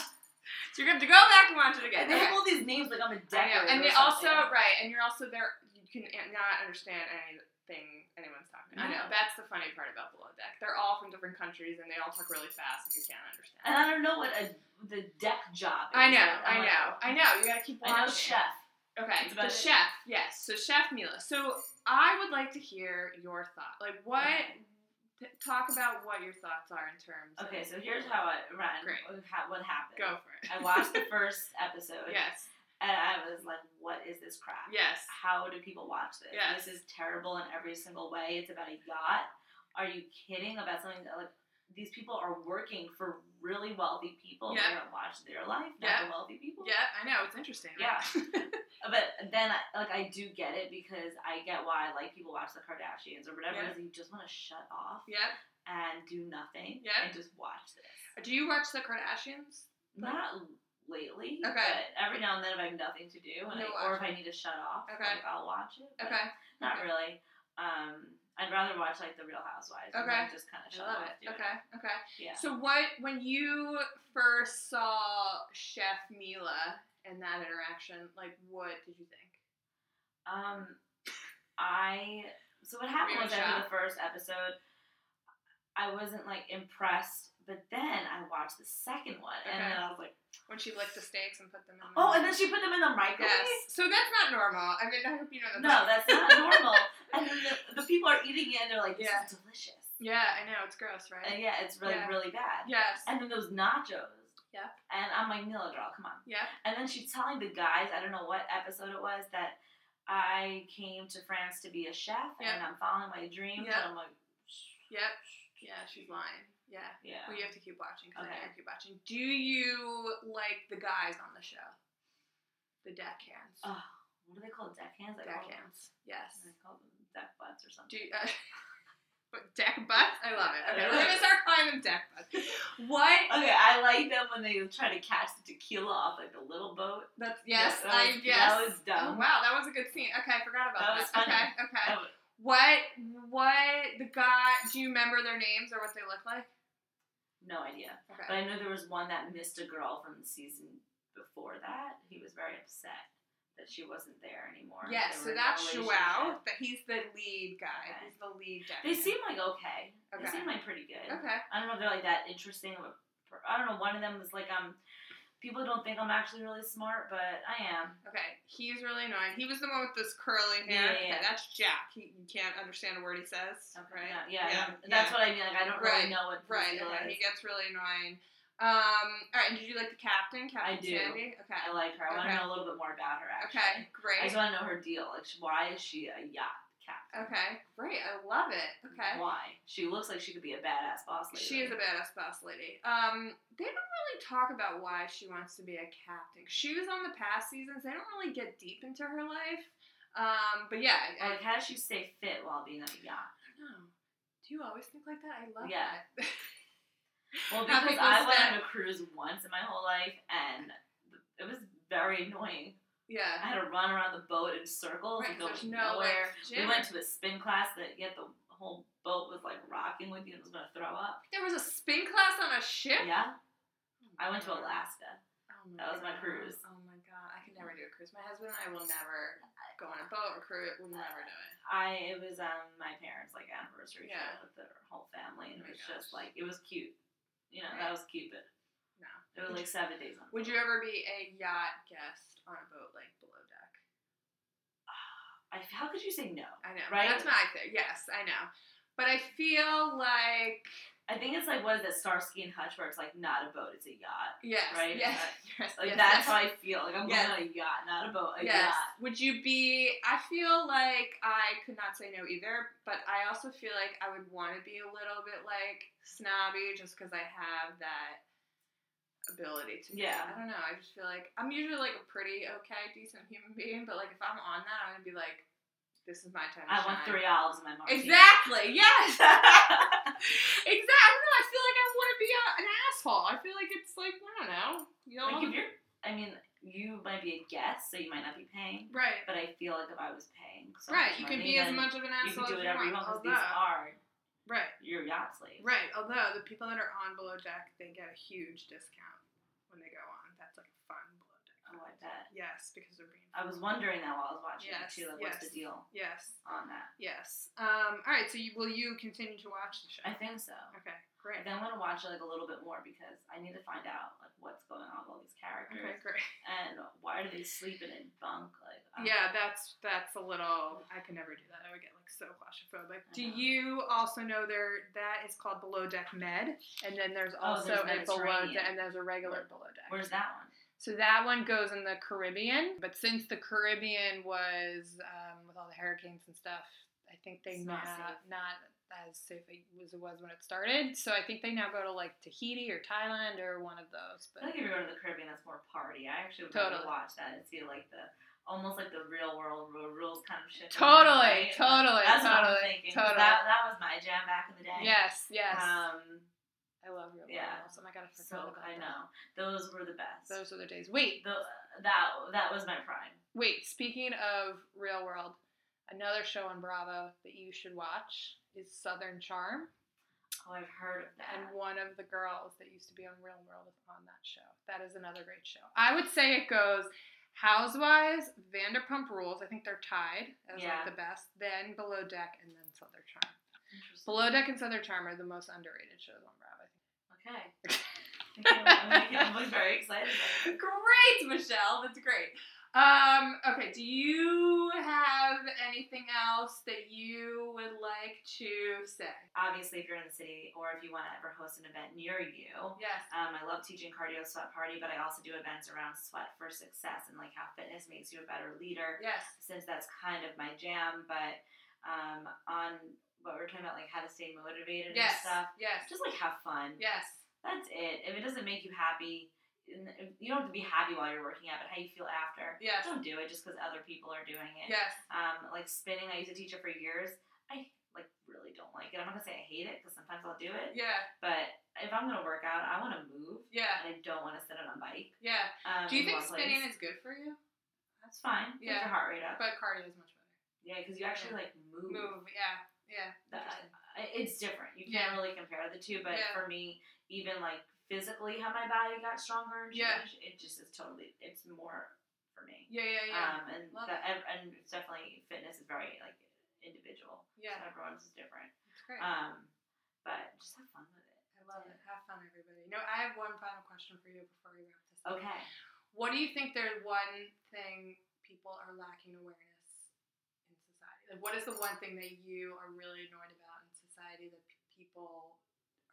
[SPEAKER 2] So you're gonna have to go back and watch it again.
[SPEAKER 3] They
[SPEAKER 2] Okay.
[SPEAKER 3] have all these names like I'm
[SPEAKER 2] I
[SPEAKER 3] a
[SPEAKER 2] know.
[SPEAKER 3] decorator.
[SPEAKER 2] And
[SPEAKER 3] or
[SPEAKER 2] they also
[SPEAKER 3] something.
[SPEAKER 2] right, and you're also there. You can a- not understand anything anyone's talking. I know
[SPEAKER 3] No.
[SPEAKER 2] that's the funny part about Below Deck. They're all from different countries, and they all talk really fast, and you can't understand.
[SPEAKER 3] And I don't know what a, the deck job is.
[SPEAKER 2] I know,
[SPEAKER 3] I'm
[SPEAKER 2] I
[SPEAKER 3] like,
[SPEAKER 2] know, I know. You gotta keep watching.
[SPEAKER 3] I know chef.
[SPEAKER 2] Okay,
[SPEAKER 3] That's
[SPEAKER 2] the
[SPEAKER 3] about it.
[SPEAKER 2] chef. Yes, so Chef Mila. So I would like to hear your thought. Like, what?
[SPEAKER 3] Okay.
[SPEAKER 2] t- Talk about what your thoughts are in terms. of-
[SPEAKER 3] Okay, so here's how it ran.
[SPEAKER 2] Great.
[SPEAKER 3] What ha- What happened?
[SPEAKER 2] Go for it.
[SPEAKER 3] I watched the first episode.
[SPEAKER 2] Yes.
[SPEAKER 3] And I was like, what is this crap?
[SPEAKER 2] Yes.
[SPEAKER 3] How do people watch this?
[SPEAKER 2] Yes.
[SPEAKER 3] This is terrible in every single way. It's about a yacht. Are you kidding about something that, like, these people are working for really wealthy people.
[SPEAKER 2] Yeah.
[SPEAKER 3] They're going to watch their life, not
[SPEAKER 2] Yeah.
[SPEAKER 3] the wealthy people.
[SPEAKER 2] Yeah, I know. It's interesting.
[SPEAKER 3] Yeah.
[SPEAKER 2] right?
[SPEAKER 3] But then, I- like, I do get it because I get why, like, people watch the Kardashians or whatever.
[SPEAKER 2] Yeah.
[SPEAKER 3] Because you just want to shut off
[SPEAKER 2] yeah.
[SPEAKER 3] and do nothing
[SPEAKER 2] Yeah.
[SPEAKER 3] and just watch this.
[SPEAKER 2] Do you watch the Kardashians?
[SPEAKER 3] Not lately,
[SPEAKER 2] Okay.
[SPEAKER 3] but every now and then if I have nothing to do, and
[SPEAKER 2] You'll
[SPEAKER 3] I, or
[SPEAKER 2] watch
[SPEAKER 3] if I need to shut off,
[SPEAKER 2] Okay.
[SPEAKER 3] like, I'll watch it. but
[SPEAKER 2] Okay.
[SPEAKER 3] Not
[SPEAKER 2] Okay.
[SPEAKER 3] really. Um, I'd rather watch like The Real Housewives. and,
[SPEAKER 2] Okay.
[SPEAKER 3] like, just kind
[SPEAKER 2] I
[SPEAKER 3] of shut
[SPEAKER 2] love
[SPEAKER 3] off.
[SPEAKER 2] it.
[SPEAKER 3] doing
[SPEAKER 2] Okay. Okay.
[SPEAKER 3] Yeah.
[SPEAKER 2] So what when you first saw Chef Mila and that interaction, like what did you think?
[SPEAKER 3] Um, I so what happened
[SPEAKER 2] Were you
[SPEAKER 3] was
[SPEAKER 2] in
[SPEAKER 3] after
[SPEAKER 2] shock?
[SPEAKER 3] the first episode, I wasn't like impressed, but then I watched the second one and
[SPEAKER 2] Okay.
[SPEAKER 3] then I was like,
[SPEAKER 2] When she licked the steaks and put them in. The
[SPEAKER 3] oh, and then she put them in the microwave.
[SPEAKER 2] yes. So that's not normal. I mean, I hope you know that.
[SPEAKER 3] No, that's not normal. And then the, the people are eating it and they're like, this
[SPEAKER 2] Yeah.
[SPEAKER 3] is delicious.
[SPEAKER 2] Yeah, I know it's gross, right?
[SPEAKER 3] And yeah, it's really
[SPEAKER 2] Yeah.
[SPEAKER 3] really bad.
[SPEAKER 2] Yes.
[SPEAKER 3] And then those nachos.
[SPEAKER 2] Yeah.
[SPEAKER 3] And I'm like, Mila girl, come on.
[SPEAKER 2] Yeah.
[SPEAKER 3] And then she's telling the guys, I don't know what episode it was, that I came to France to be a chef and I'm following my dreams.
[SPEAKER 2] Yeah.
[SPEAKER 3] And I'm like,
[SPEAKER 2] Yep. Yeah, she's lying. Yeah.
[SPEAKER 3] yeah.
[SPEAKER 2] Well, you have to keep watching because I
[SPEAKER 3] Okay.
[SPEAKER 2] know you keep watching. Do you like the guys on the show? The deckhands.
[SPEAKER 3] Oh, what do they call deckhands? oh, I call them-
[SPEAKER 2] deckhands. Yes.
[SPEAKER 3] I call them deck butts or
[SPEAKER 2] Do
[SPEAKER 3] something.
[SPEAKER 2] you, uh, what, deck butts? I love it. Okay, we're gonna start calling them deck butts. What?
[SPEAKER 3] Okay, I like them when they try to catch the tequila off like the little boat.
[SPEAKER 2] That's yes.
[SPEAKER 3] that
[SPEAKER 2] I
[SPEAKER 3] was- that
[SPEAKER 2] yes.
[SPEAKER 3] was
[SPEAKER 2] Oh,
[SPEAKER 3] dumb.
[SPEAKER 2] wow, that was a good scene. Okay, I forgot about that.
[SPEAKER 3] That was funny.
[SPEAKER 2] Okay, okay.
[SPEAKER 3] That was-
[SPEAKER 2] What? What? The guy? Do you remember their names or what they look like?
[SPEAKER 3] No idea. But
[SPEAKER 2] Okay.
[SPEAKER 3] I know there was one that missed a girl from the season before that. He was very upset that she wasn't there anymore.
[SPEAKER 2] Yes.
[SPEAKER 3] They
[SPEAKER 2] So
[SPEAKER 3] were in a
[SPEAKER 2] that's Joao.
[SPEAKER 3] relationship.
[SPEAKER 2] That he's the lead guy.
[SPEAKER 3] Okay.
[SPEAKER 2] He's the lead.
[SPEAKER 3] They
[SPEAKER 2] deckhand.
[SPEAKER 3] seem like okay. They
[SPEAKER 2] Okay.
[SPEAKER 3] seem like pretty good.
[SPEAKER 2] Okay.
[SPEAKER 3] I don't know if they're like that interesting. Of a, per- I don't know. One of them was like, um, people don't think I'm actually really smart, but I am.
[SPEAKER 2] Okay, he's really annoying. He was the one with this curly hair.
[SPEAKER 3] Yeah, yeah,
[SPEAKER 2] Okay,
[SPEAKER 3] yeah.
[SPEAKER 2] that's Jack. He you can't understand a word he says.
[SPEAKER 3] Okay.
[SPEAKER 2] Right?
[SPEAKER 3] Yeah. Yeah.
[SPEAKER 2] Yeah.
[SPEAKER 3] no, That's
[SPEAKER 2] yeah.
[SPEAKER 3] what I mean. Like I don't
[SPEAKER 2] Right,
[SPEAKER 3] really know what
[SPEAKER 2] Right.
[SPEAKER 3] Brazil
[SPEAKER 2] Okay. He
[SPEAKER 3] is.
[SPEAKER 2] gets really annoying. Um. All right. And did you like the captain? Captain
[SPEAKER 3] do.
[SPEAKER 2] Sandy. Okay.
[SPEAKER 3] I like her. I want
[SPEAKER 2] Okay.
[SPEAKER 3] to know a little bit more about her. Actually.
[SPEAKER 2] Okay.
[SPEAKER 3] I
[SPEAKER 2] Great.
[SPEAKER 3] just want to know her deal. Like, sh- why is she a yacht captain?
[SPEAKER 2] Okay. Great. I love it. Okay.
[SPEAKER 3] Why? She looks like she could be a badass boss lady.
[SPEAKER 2] She is a badass boss lady. Um, they don't really talk about why she wants to be a captain. She was on the past seasons. They don't really get deep into her life. Um, but yeah, I- I,
[SPEAKER 3] Like, how does she stay fit while being on a yacht?
[SPEAKER 2] No. Do you always think like that? I love
[SPEAKER 3] Yeah.
[SPEAKER 2] that.
[SPEAKER 3] Well,
[SPEAKER 2] How
[SPEAKER 3] because
[SPEAKER 2] people
[SPEAKER 3] I went
[SPEAKER 2] stay-
[SPEAKER 3] on a cruise once in my whole life, and it was very annoying. I
[SPEAKER 2] yeah.
[SPEAKER 3] had to run around the boat in circles
[SPEAKER 2] Right,
[SPEAKER 3] and
[SPEAKER 2] 'cause
[SPEAKER 3] go
[SPEAKER 2] there's no like,
[SPEAKER 3] nowhere.
[SPEAKER 2] gym.
[SPEAKER 3] we went to a spin class that yet the whole boat was like rocking with you and was gonna throw up.
[SPEAKER 2] there was a spin class on a ship.
[SPEAKER 3] Yeah, I went to
[SPEAKER 2] Oh my
[SPEAKER 3] Alaska.
[SPEAKER 2] God.
[SPEAKER 3] That was my
[SPEAKER 2] God.
[SPEAKER 3] cruise.
[SPEAKER 2] Oh my god, I could never do a cruise. My husband and I will never go on a boat or cruise. We'll never do it.
[SPEAKER 3] I it was um my parents like anniversary
[SPEAKER 2] Yeah.
[SPEAKER 3] trip with their whole family and
[SPEAKER 2] Oh
[SPEAKER 3] it
[SPEAKER 2] my
[SPEAKER 3] was
[SPEAKER 2] gosh.
[SPEAKER 3] just like it was cute. You know,
[SPEAKER 2] Right.
[SPEAKER 3] that was cute but
[SPEAKER 2] No.
[SPEAKER 3] it was like seven days on.
[SPEAKER 2] Would you ever be a yacht guest on a boat like below deck?
[SPEAKER 3] I, how could you say no?
[SPEAKER 2] I know.
[SPEAKER 3] Right?
[SPEAKER 2] That's my thing. Yes, I know. But I feel like
[SPEAKER 3] I think it's like what is it, Starsky and Hutch where it's like not a boat, it's a yacht.
[SPEAKER 2] yes,
[SPEAKER 3] Right?
[SPEAKER 2] yes,
[SPEAKER 3] That-
[SPEAKER 2] yes,
[SPEAKER 3] Like
[SPEAKER 2] yes,
[SPEAKER 3] that's
[SPEAKER 2] yes.
[SPEAKER 3] how I feel. Like I'm
[SPEAKER 2] Yes.
[SPEAKER 3] going on a yacht, not a boat, a
[SPEAKER 2] Yes.
[SPEAKER 3] yacht.
[SPEAKER 2] Would you be? I feel like I could not say no either, but I also feel like I would want to be a little bit like snobby just because I have that ability to. be.
[SPEAKER 3] Yeah.
[SPEAKER 2] I don't know. I just feel like I'm usually like a pretty okay, decent human being, but like if I'm on that, I'm gonna be like, this is my time. To
[SPEAKER 3] I want
[SPEAKER 2] shine.
[SPEAKER 3] three olives in my martini.
[SPEAKER 2] Exactly. Yes. exactly. I don't know. I feel like I want to be a, an asshole. I feel like it's like I don't know. You don't
[SPEAKER 3] Like
[SPEAKER 2] wanna-
[SPEAKER 3] if you're, I mean, you might be a guest, so you might not be paying.
[SPEAKER 2] right.
[SPEAKER 3] But I feel like if I was paying, so
[SPEAKER 2] Right,
[SPEAKER 3] much
[SPEAKER 2] you could
[SPEAKER 3] money,
[SPEAKER 2] be as
[SPEAKER 3] then
[SPEAKER 2] much of an
[SPEAKER 3] You
[SPEAKER 2] asshole
[SPEAKER 3] could do
[SPEAKER 2] as you
[SPEAKER 3] whatever
[SPEAKER 2] want.
[SPEAKER 3] you want because
[SPEAKER 2] although,
[SPEAKER 3] these are
[SPEAKER 2] right,
[SPEAKER 3] your yacht slaves.
[SPEAKER 2] right. Although the people that are on below deck, they get a huge discount when they go on. That's like a fun below deck.
[SPEAKER 3] Oh, I bet.
[SPEAKER 2] Yes, because they're being.
[SPEAKER 3] I was wondering that while I was watching
[SPEAKER 2] Yes,
[SPEAKER 3] it too. Like, what's
[SPEAKER 2] yes.
[SPEAKER 3] the deal
[SPEAKER 2] Yes,
[SPEAKER 3] on that?
[SPEAKER 2] yes. Um. All right. So you will you continue to watch the show?
[SPEAKER 3] I think so.
[SPEAKER 2] Okay.
[SPEAKER 3] I
[SPEAKER 2] Great.
[SPEAKER 3] think I'm gonna watch it like a little bit more because I need to find out like what's going on with all these
[SPEAKER 2] Okay.
[SPEAKER 3] characters
[SPEAKER 2] Great.
[SPEAKER 3] and why do they sleeping in bunk? Like, I don't
[SPEAKER 2] Yeah, that's that's a little. I could never do that. I would get like so claustrophobic.
[SPEAKER 3] I
[SPEAKER 2] Do
[SPEAKER 3] know.
[SPEAKER 2] you also know there that is called below deck med, and then there's
[SPEAKER 3] Oh,
[SPEAKER 2] also a
[SPEAKER 3] there's
[SPEAKER 2] below
[SPEAKER 3] Mediterranean.
[SPEAKER 2] deck and there's a regular below deck.
[SPEAKER 3] Where's that one?
[SPEAKER 2] So that one goes in the Caribbean, but since the Caribbean was um, with all the hurricanes and stuff, I think they
[SPEAKER 3] It's
[SPEAKER 2] now
[SPEAKER 3] not safe.
[SPEAKER 2] not as safe as it was when it started. So I think they now go to like Tahiti or Thailand or one of those.
[SPEAKER 3] I feel
[SPEAKER 2] But
[SPEAKER 3] like if you go to the Caribbean, that's more party. I actually would
[SPEAKER 2] Totally.
[SPEAKER 3] love to watch that and see like the almost like the real world ru- rules kind of shit. going on,
[SPEAKER 2] totally,
[SPEAKER 3] right?
[SPEAKER 2] totally,
[SPEAKER 3] That's what I'm
[SPEAKER 2] totally,
[SPEAKER 3] thinking. 'cause
[SPEAKER 2] totally.
[SPEAKER 3] That, that was my jam back in the day.
[SPEAKER 2] um, yes, yes.
[SPEAKER 3] Um,
[SPEAKER 2] I love real
[SPEAKER 3] yeah.
[SPEAKER 2] animals. Oh my god, I forgot
[SPEAKER 3] so
[SPEAKER 2] about
[SPEAKER 3] I
[SPEAKER 2] that.
[SPEAKER 3] know those were the best.
[SPEAKER 2] Those were the days. Wait,
[SPEAKER 3] Tho- that that was my prime.
[SPEAKER 2] wait. Speaking of real world, another show on Bravo that you should watch is Southern Charm.
[SPEAKER 3] Oh, I've heard of that.
[SPEAKER 2] and one of the girls that used to be on Real World was on that show. That is another great show. I would say it goes Housewives, Vanderpump Rules. I think they're tied as
[SPEAKER 3] Yeah.
[SPEAKER 2] like the best. Then Below Deck, and then Southern Charm.
[SPEAKER 3] Interesting.
[SPEAKER 2] Below Deck and Southern Charm are the most underrated shows on Bravo.
[SPEAKER 3] Okay. I'm really very excited. About it.
[SPEAKER 2] Great, Michelle. That's great. Um, okay, do you have anything else that you would like to say?
[SPEAKER 3] Obviously, if you're in the city or if you want to ever host an event near you,
[SPEAKER 2] Yes.
[SPEAKER 3] Um, I love teaching cardio sweat party, but I also do events around sweat for success and like how fitness makes you a better leader.
[SPEAKER 2] Yes.
[SPEAKER 3] Since that's kind of my jam, but um, on what we're talking about, like how to stay motivated
[SPEAKER 2] Yes.
[SPEAKER 3] and stuff,
[SPEAKER 2] Yes.
[SPEAKER 3] just like have fun.
[SPEAKER 2] Yes.
[SPEAKER 3] That's it. If it doesn't make you happy, n- you don't have to be happy while you're working out, but how you feel after,
[SPEAKER 2] Yes.
[SPEAKER 3] don't do it just because other people are doing it.
[SPEAKER 2] Yes.
[SPEAKER 3] Um, like spinning, I used to teach it for years. I like really don't like it. I'm not gonna say I hate it because sometimes I'll do it,
[SPEAKER 2] Yeah.
[SPEAKER 3] but if I'm gonna work out, I want to move
[SPEAKER 2] Yeah.
[SPEAKER 3] and I don't want to sit on a bike.
[SPEAKER 2] Yeah.
[SPEAKER 3] Um,
[SPEAKER 2] Do you
[SPEAKER 3] in
[SPEAKER 2] think
[SPEAKER 3] one place.
[SPEAKER 2] spinning is good for you?
[SPEAKER 3] That's fine. Yeah.
[SPEAKER 2] Yeah.
[SPEAKER 3] your heart rate up.
[SPEAKER 2] But cardio is much better.
[SPEAKER 3] yeah, because you actually like move.
[SPEAKER 2] Move. Yeah. Yeah.
[SPEAKER 3] That-
[SPEAKER 2] Interesting.
[SPEAKER 3] I- It's different. You
[SPEAKER 2] Yeah.
[SPEAKER 3] can't really compare the two. But
[SPEAKER 2] Yeah.
[SPEAKER 3] for me, even like physically, how my body got stronger and
[SPEAKER 2] Yeah.
[SPEAKER 3] changed, it just is totally. It's more for me.
[SPEAKER 2] Yeah. Yeah. Yeah.
[SPEAKER 3] Um, and
[SPEAKER 2] Love
[SPEAKER 3] that, and it's definitely fitness is very like individual.
[SPEAKER 2] yeah.
[SPEAKER 3] So everyone's is different.
[SPEAKER 2] It's great.
[SPEAKER 3] Um, but just have fun with it.
[SPEAKER 2] I love it. Have fun, everybody. No, I have one final question for you before we wrap this up.
[SPEAKER 3] Okay.
[SPEAKER 2] What do you think there's one thing people are lacking awareness in society? Like, what is the one thing that you are really annoyed about in society that p- people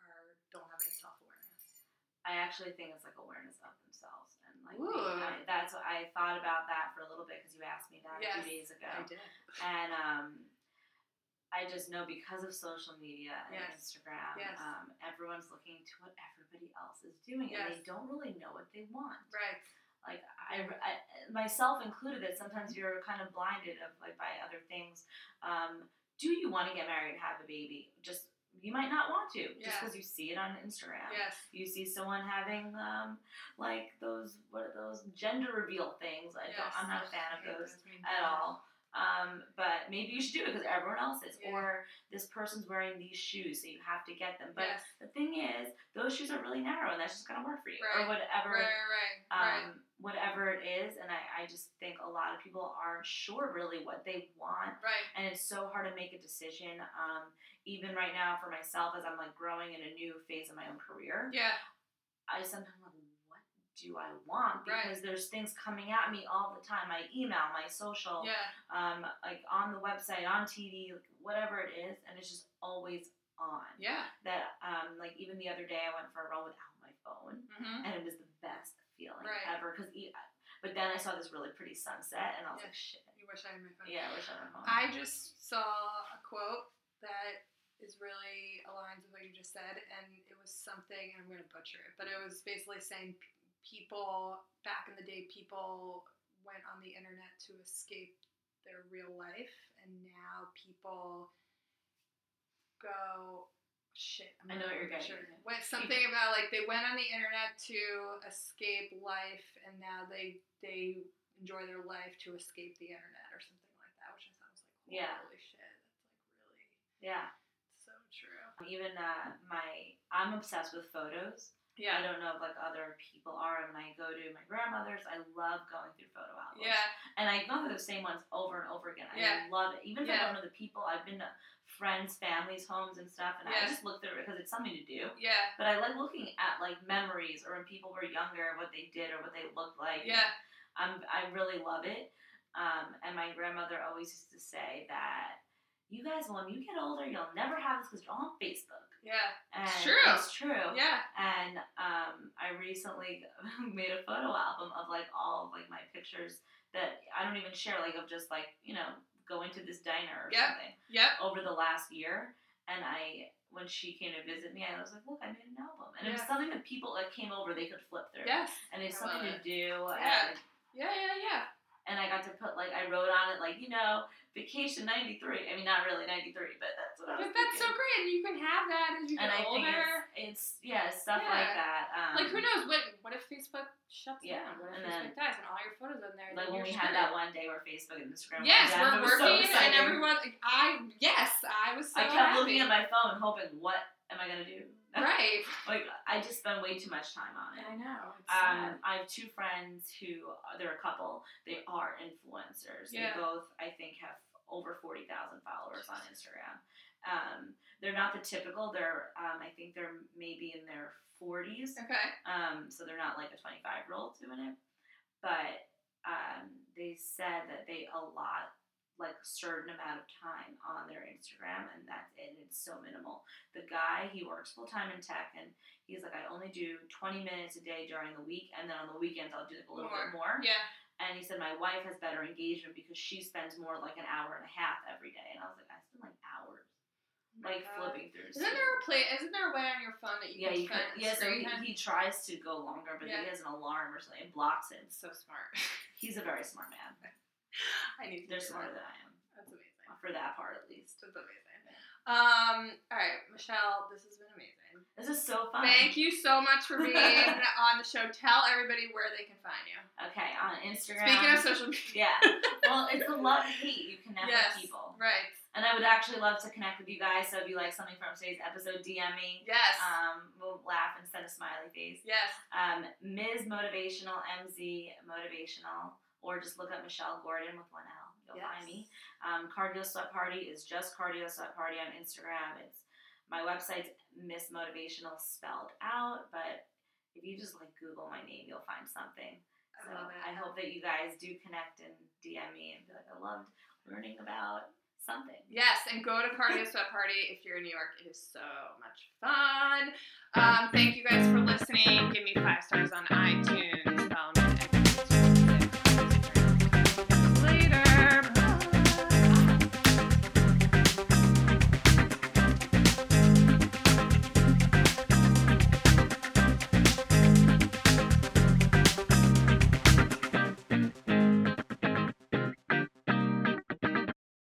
[SPEAKER 2] are don't have any self awareness?
[SPEAKER 3] I actually think it's like awareness of themselves and like
[SPEAKER 2] Ooh.
[SPEAKER 3] being- I, that's what I thought about that for a little bit because you asked me that a
[SPEAKER 2] Yes,
[SPEAKER 3] few days ago.
[SPEAKER 2] I did.
[SPEAKER 3] and um, I just know because of social media and
[SPEAKER 2] Yes.
[SPEAKER 3] Instagram,
[SPEAKER 2] Yes.
[SPEAKER 3] um, everyone's looking to what everybody else is doing, and they
[SPEAKER 2] Yes.
[SPEAKER 3] don't really know what they want.
[SPEAKER 2] Right.
[SPEAKER 3] Like I, I- myself included, that sometimes you're kind of blinded of like by other things. Um, do you want to get married and have a baby? Just you might not want to, just
[SPEAKER 2] Yeah.
[SPEAKER 3] because you see it on Instagram.
[SPEAKER 2] Yes.
[SPEAKER 3] You see someone having um, like those what are those gender reveal things? I don't,
[SPEAKER 2] yes.
[SPEAKER 3] I'm not a fan
[SPEAKER 2] Hate
[SPEAKER 3] of those
[SPEAKER 2] me
[SPEAKER 3] at
[SPEAKER 2] too.
[SPEAKER 3] all. Um, but maybe you should do it because everyone else is.
[SPEAKER 2] Yeah.
[SPEAKER 3] Or this person's wearing these shoes, so you have to get them. But
[SPEAKER 2] yes.
[SPEAKER 3] the thing is, those shoes are really narrow, and that's just gonna work for you,
[SPEAKER 2] Right.
[SPEAKER 3] or whatever,
[SPEAKER 2] Right. Right.
[SPEAKER 3] um,
[SPEAKER 2] Right.
[SPEAKER 3] whatever it is. And I, I just think a lot of people aren't sure really what they want,
[SPEAKER 2] right.
[SPEAKER 3] and it's so hard to make a decision. Um, even right now, for myself, as I'm like growing in a new phase of my own career,
[SPEAKER 2] Yeah.
[SPEAKER 3] I sometimes like, what do I want?
[SPEAKER 2] Right.
[SPEAKER 3] Because there's things coming at me all the time. My email, my social
[SPEAKER 2] Yeah.
[SPEAKER 3] um, like on the website, on TV, like, whatever it is, and it's just always on.
[SPEAKER 2] Yeah.
[SPEAKER 3] That um, like even the other day, I went for a run without my phone,
[SPEAKER 2] Mm-hmm.
[SPEAKER 3] and it was the best feeling
[SPEAKER 2] Right.
[SPEAKER 3] ever. Cause e- but then I saw this really pretty sunset, and I was
[SPEAKER 2] Yeah.
[SPEAKER 3] like, shit,
[SPEAKER 2] You wish I had my phone.
[SPEAKER 3] yeah, I wish I had my phone.
[SPEAKER 2] I just saw a quote that is really aligns with what you just said, and it was something, and I'm going to butcher it, but it was basically saying p- people, back in the day, people went on the internet to escape their real life, and now people go. Shit, I'm
[SPEAKER 3] I know
[SPEAKER 2] not
[SPEAKER 3] what you're
[SPEAKER 2] gonna
[SPEAKER 3] getting
[SPEAKER 2] butcher it.
[SPEAKER 3] at.
[SPEAKER 2] Went something about like they went on the internet to escape life, and now they they enjoy their life to escape the internet or something like that, which I thought was like, holy
[SPEAKER 3] Yeah.
[SPEAKER 2] shit, that's like really
[SPEAKER 3] yeah,
[SPEAKER 2] so true.
[SPEAKER 3] even uh, my I'm obsessed with photos. I
[SPEAKER 2] Yeah.
[SPEAKER 3] don't know if like other people are. When I go to my grandmother's, I love going through photo albums.
[SPEAKER 2] Yeah.
[SPEAKER 3] and I go through the same ones over and over again. I
[SPEAKER 2] Yeah.
[SPEAKER 3] love it. Even if
[SPEAKER 2] Yeah.
[SPEAKER 3] I don't know the people, I've been to friends, families, homes, and stuff, and
[SPEAKER 2] Yeah.
[SPEAKER 3] I just look through it because it's something to do.
[SPEAKER 2] Yeah.
[SPEAKER 3] But I like looking at like memories or when people were younger, what they did or what they looked like.
[SPEAKER 2] Yeah.
[SPEAKER 3] I'm, I really love it. Um, and my grandmother always used to say that you guys, when you get older, you'll never have this because you're all on Facebook.
[SPEAKER 2] Yeah.
[SPEAKER 3] And
[SPEAKER 2] It's true.
[SPEAKER 3] It's true.
[SPEAKER 2] Yeah.
[SPEAKER 3] And um, I recently made a photo album of like all of like my pictures that I don't even share, like of just like you know going to this diner or
[SPEAKER 2] Yep.
[SPEAKER 3] something
[SPEAKER 2] Yep.
[SPEAKER 3] over the last year. And I, when she came to visit me, I was like, look, I made an album, and it
[SPEAKER 2] Yeah.
[SPEAKER 3] was something that people that came over they could flip through.
[SPEAKER 2] Yes.
[SPEAKER 3] And it's
[SPEAKER 2] I love
[SPEAKER 3] something to
[SPEAKER 2] it.
[SPEAKER 3] do.
[SPEAKER 2] Yeah.
[SPEAKER 3] And,
[SPEAKER 2] Yeah. Yeah. Yeah.
[SPEAKER 3] and I got to put like I wrote on it like you know vacation '93. I mean not really '93, but that's what I was.
[SPEAKER 2] But that's so
[SPEAKER 3] thinking.
[SPEAKER 2] great. And you can have that as you get
[SPEAKER 3] And I think
[SPEAKER 2] older.
[SPEAKER 3] it's, it's yeah stuff like
[SPEAKER 2] Yeah.
[SPEAKER 3] that. Um,
[SPEAKER 2] Like who knows what what if Facebook shuts
[SPEAKER 3] Yeah,
[SPEAKER 2] down? What if
[SPEAKER 3] and
[SPEAKER 2] Facebook
[SPEAKER 3] then-
[SPEAKER 2] dies and all your photos on there? then
[SPEAKER 3] Like when
[SPEAKER 2] you're
[SPEAKER 3] we had
[SPEAKER 2] screwed.
[SPEAKER 3] that one day where Facebook and Instagram. were
[SPEAKER 2] Yes,
[SPEAKER 3] down,
[SPEAKER 2] we're
[SPEAKER 3] it was so
[SPEAKER 2] working and
[SPEAKER 3] exciting.
[SPEAKER 2] everyone. I yes, I was so
[SPEAKER 3] I kept
[SPEAKER 2] happy.
[SPEAKER 3] looking at my phone, hoping, "What am I gonna do
[SPEAKER 2] Right.
[SPEAKER 3] Like I just spend way too much time on it.
[SPEAKER 2] I know. It's sad.
[SPEAKER 3] Um, I have two friends who uh, they're a couple. They are influencers.
[SPEAKER 2] Yeah.
[SPEAKER 3] They both, I think, have over forty thousand followers on Instagram. Um, they're not the typical. They're, um, I think, they're maybe in their forties.
[SPEAKER 2] Okay.
[SPEAKER 3] Um, so they're not like a twenty-five year old doing it. But um, they said that they allot like a certain amount of time on their Instagram, and that's it. It's so minimal. The guy he works full time in tech, and he's like, I only do twenty minutes a day during the week, and then on the weekends I'll do like a little bit more.
[SPEAKER 2] Yeah.
[SPEAKER 3] And he said my wife has better engagement because she spends more like an hour and a half every day. And I was like, I spend like hours like flipping through.
[SPEAKER 2] Oh Isn't there a play? Isn't there a way on your phone that you
[SPEAKER 3] Yeah,
[SPEAKER 2] can
[SPEAKER 3] you can,
[SPEAKER 2] set
[SPEAKER 3] yeah. So
[SPEAKER 2] screen
[SPEAKER 3] he,
[SPEAKER 2] time?
[SPEAKER 3] he tries to go longer, but
[SPEAKER 2] Yeah.
[SPEAKER 3] he has an alarm or something and blocks it.
[SPEAKER 2] so smart.
[SPEAKER 3] He's a very smart man.
[SPEAKER 2] I need to.
[SPEAKER 3] They're
[SPEAKER 2] do
[SPEAKER 3] smarter
[SPEAKER 2] that.
[SPEAKER 3] than I am
[SPEAKER 2] That's amazing.
[SPEAKER 3] for that part, at least.
[SPEAKER 2] That's amazing. Um. All right, Michelle. This has been amazing.
[SPEAKER 3] This is so fun.
[SPEAKER 2] Thank you so much for being on the show. Tell everybody where they can find you.
[SPEAKER 3] Okay, on Instagram.
[SPEAKER 2] Speaking of social media.
[SPEAKER 3] yeah. Well, it's a love hate. You connect
[SPEAKER 2] Yes.
[SPEAKER 3] with people,
[SPEAKER 2] Right.
[SPEAKER 3] and I would actually love to connect with you guys. So if you like something from today's episode, DM me.
[SPEAKER 2] Yes.
[SPEAKER 3] Um, we'll laugh and send a smiley face.
[SPEAKER 2] yes.
[SPEAKER 3] Um, Ms. Motivational, MZ Motivational, or just look up Michelle Gordon with one L. You'll
[SPEAKER 2] yes.
[SPEAKER 3] find me. Um, Cardio Sweat Party is just Cardio Sweat Party on Instagram. It's my website's Miss Motivational spelled out, but if you just like Google my name, you'll find something.
[SPEAKER 2] I
[SPEAKER 3] So
[SPEAKER 2] love it.
[SPEAKER 3] I hope that you guys do connect and DM me and be like, I loved learning about something.
[SPEAKER 2] Yes, and go to Cardio Sweat Party if you're in New York. It is so much fun. Um, thank you guys for listening. Give me five stars on iTunes.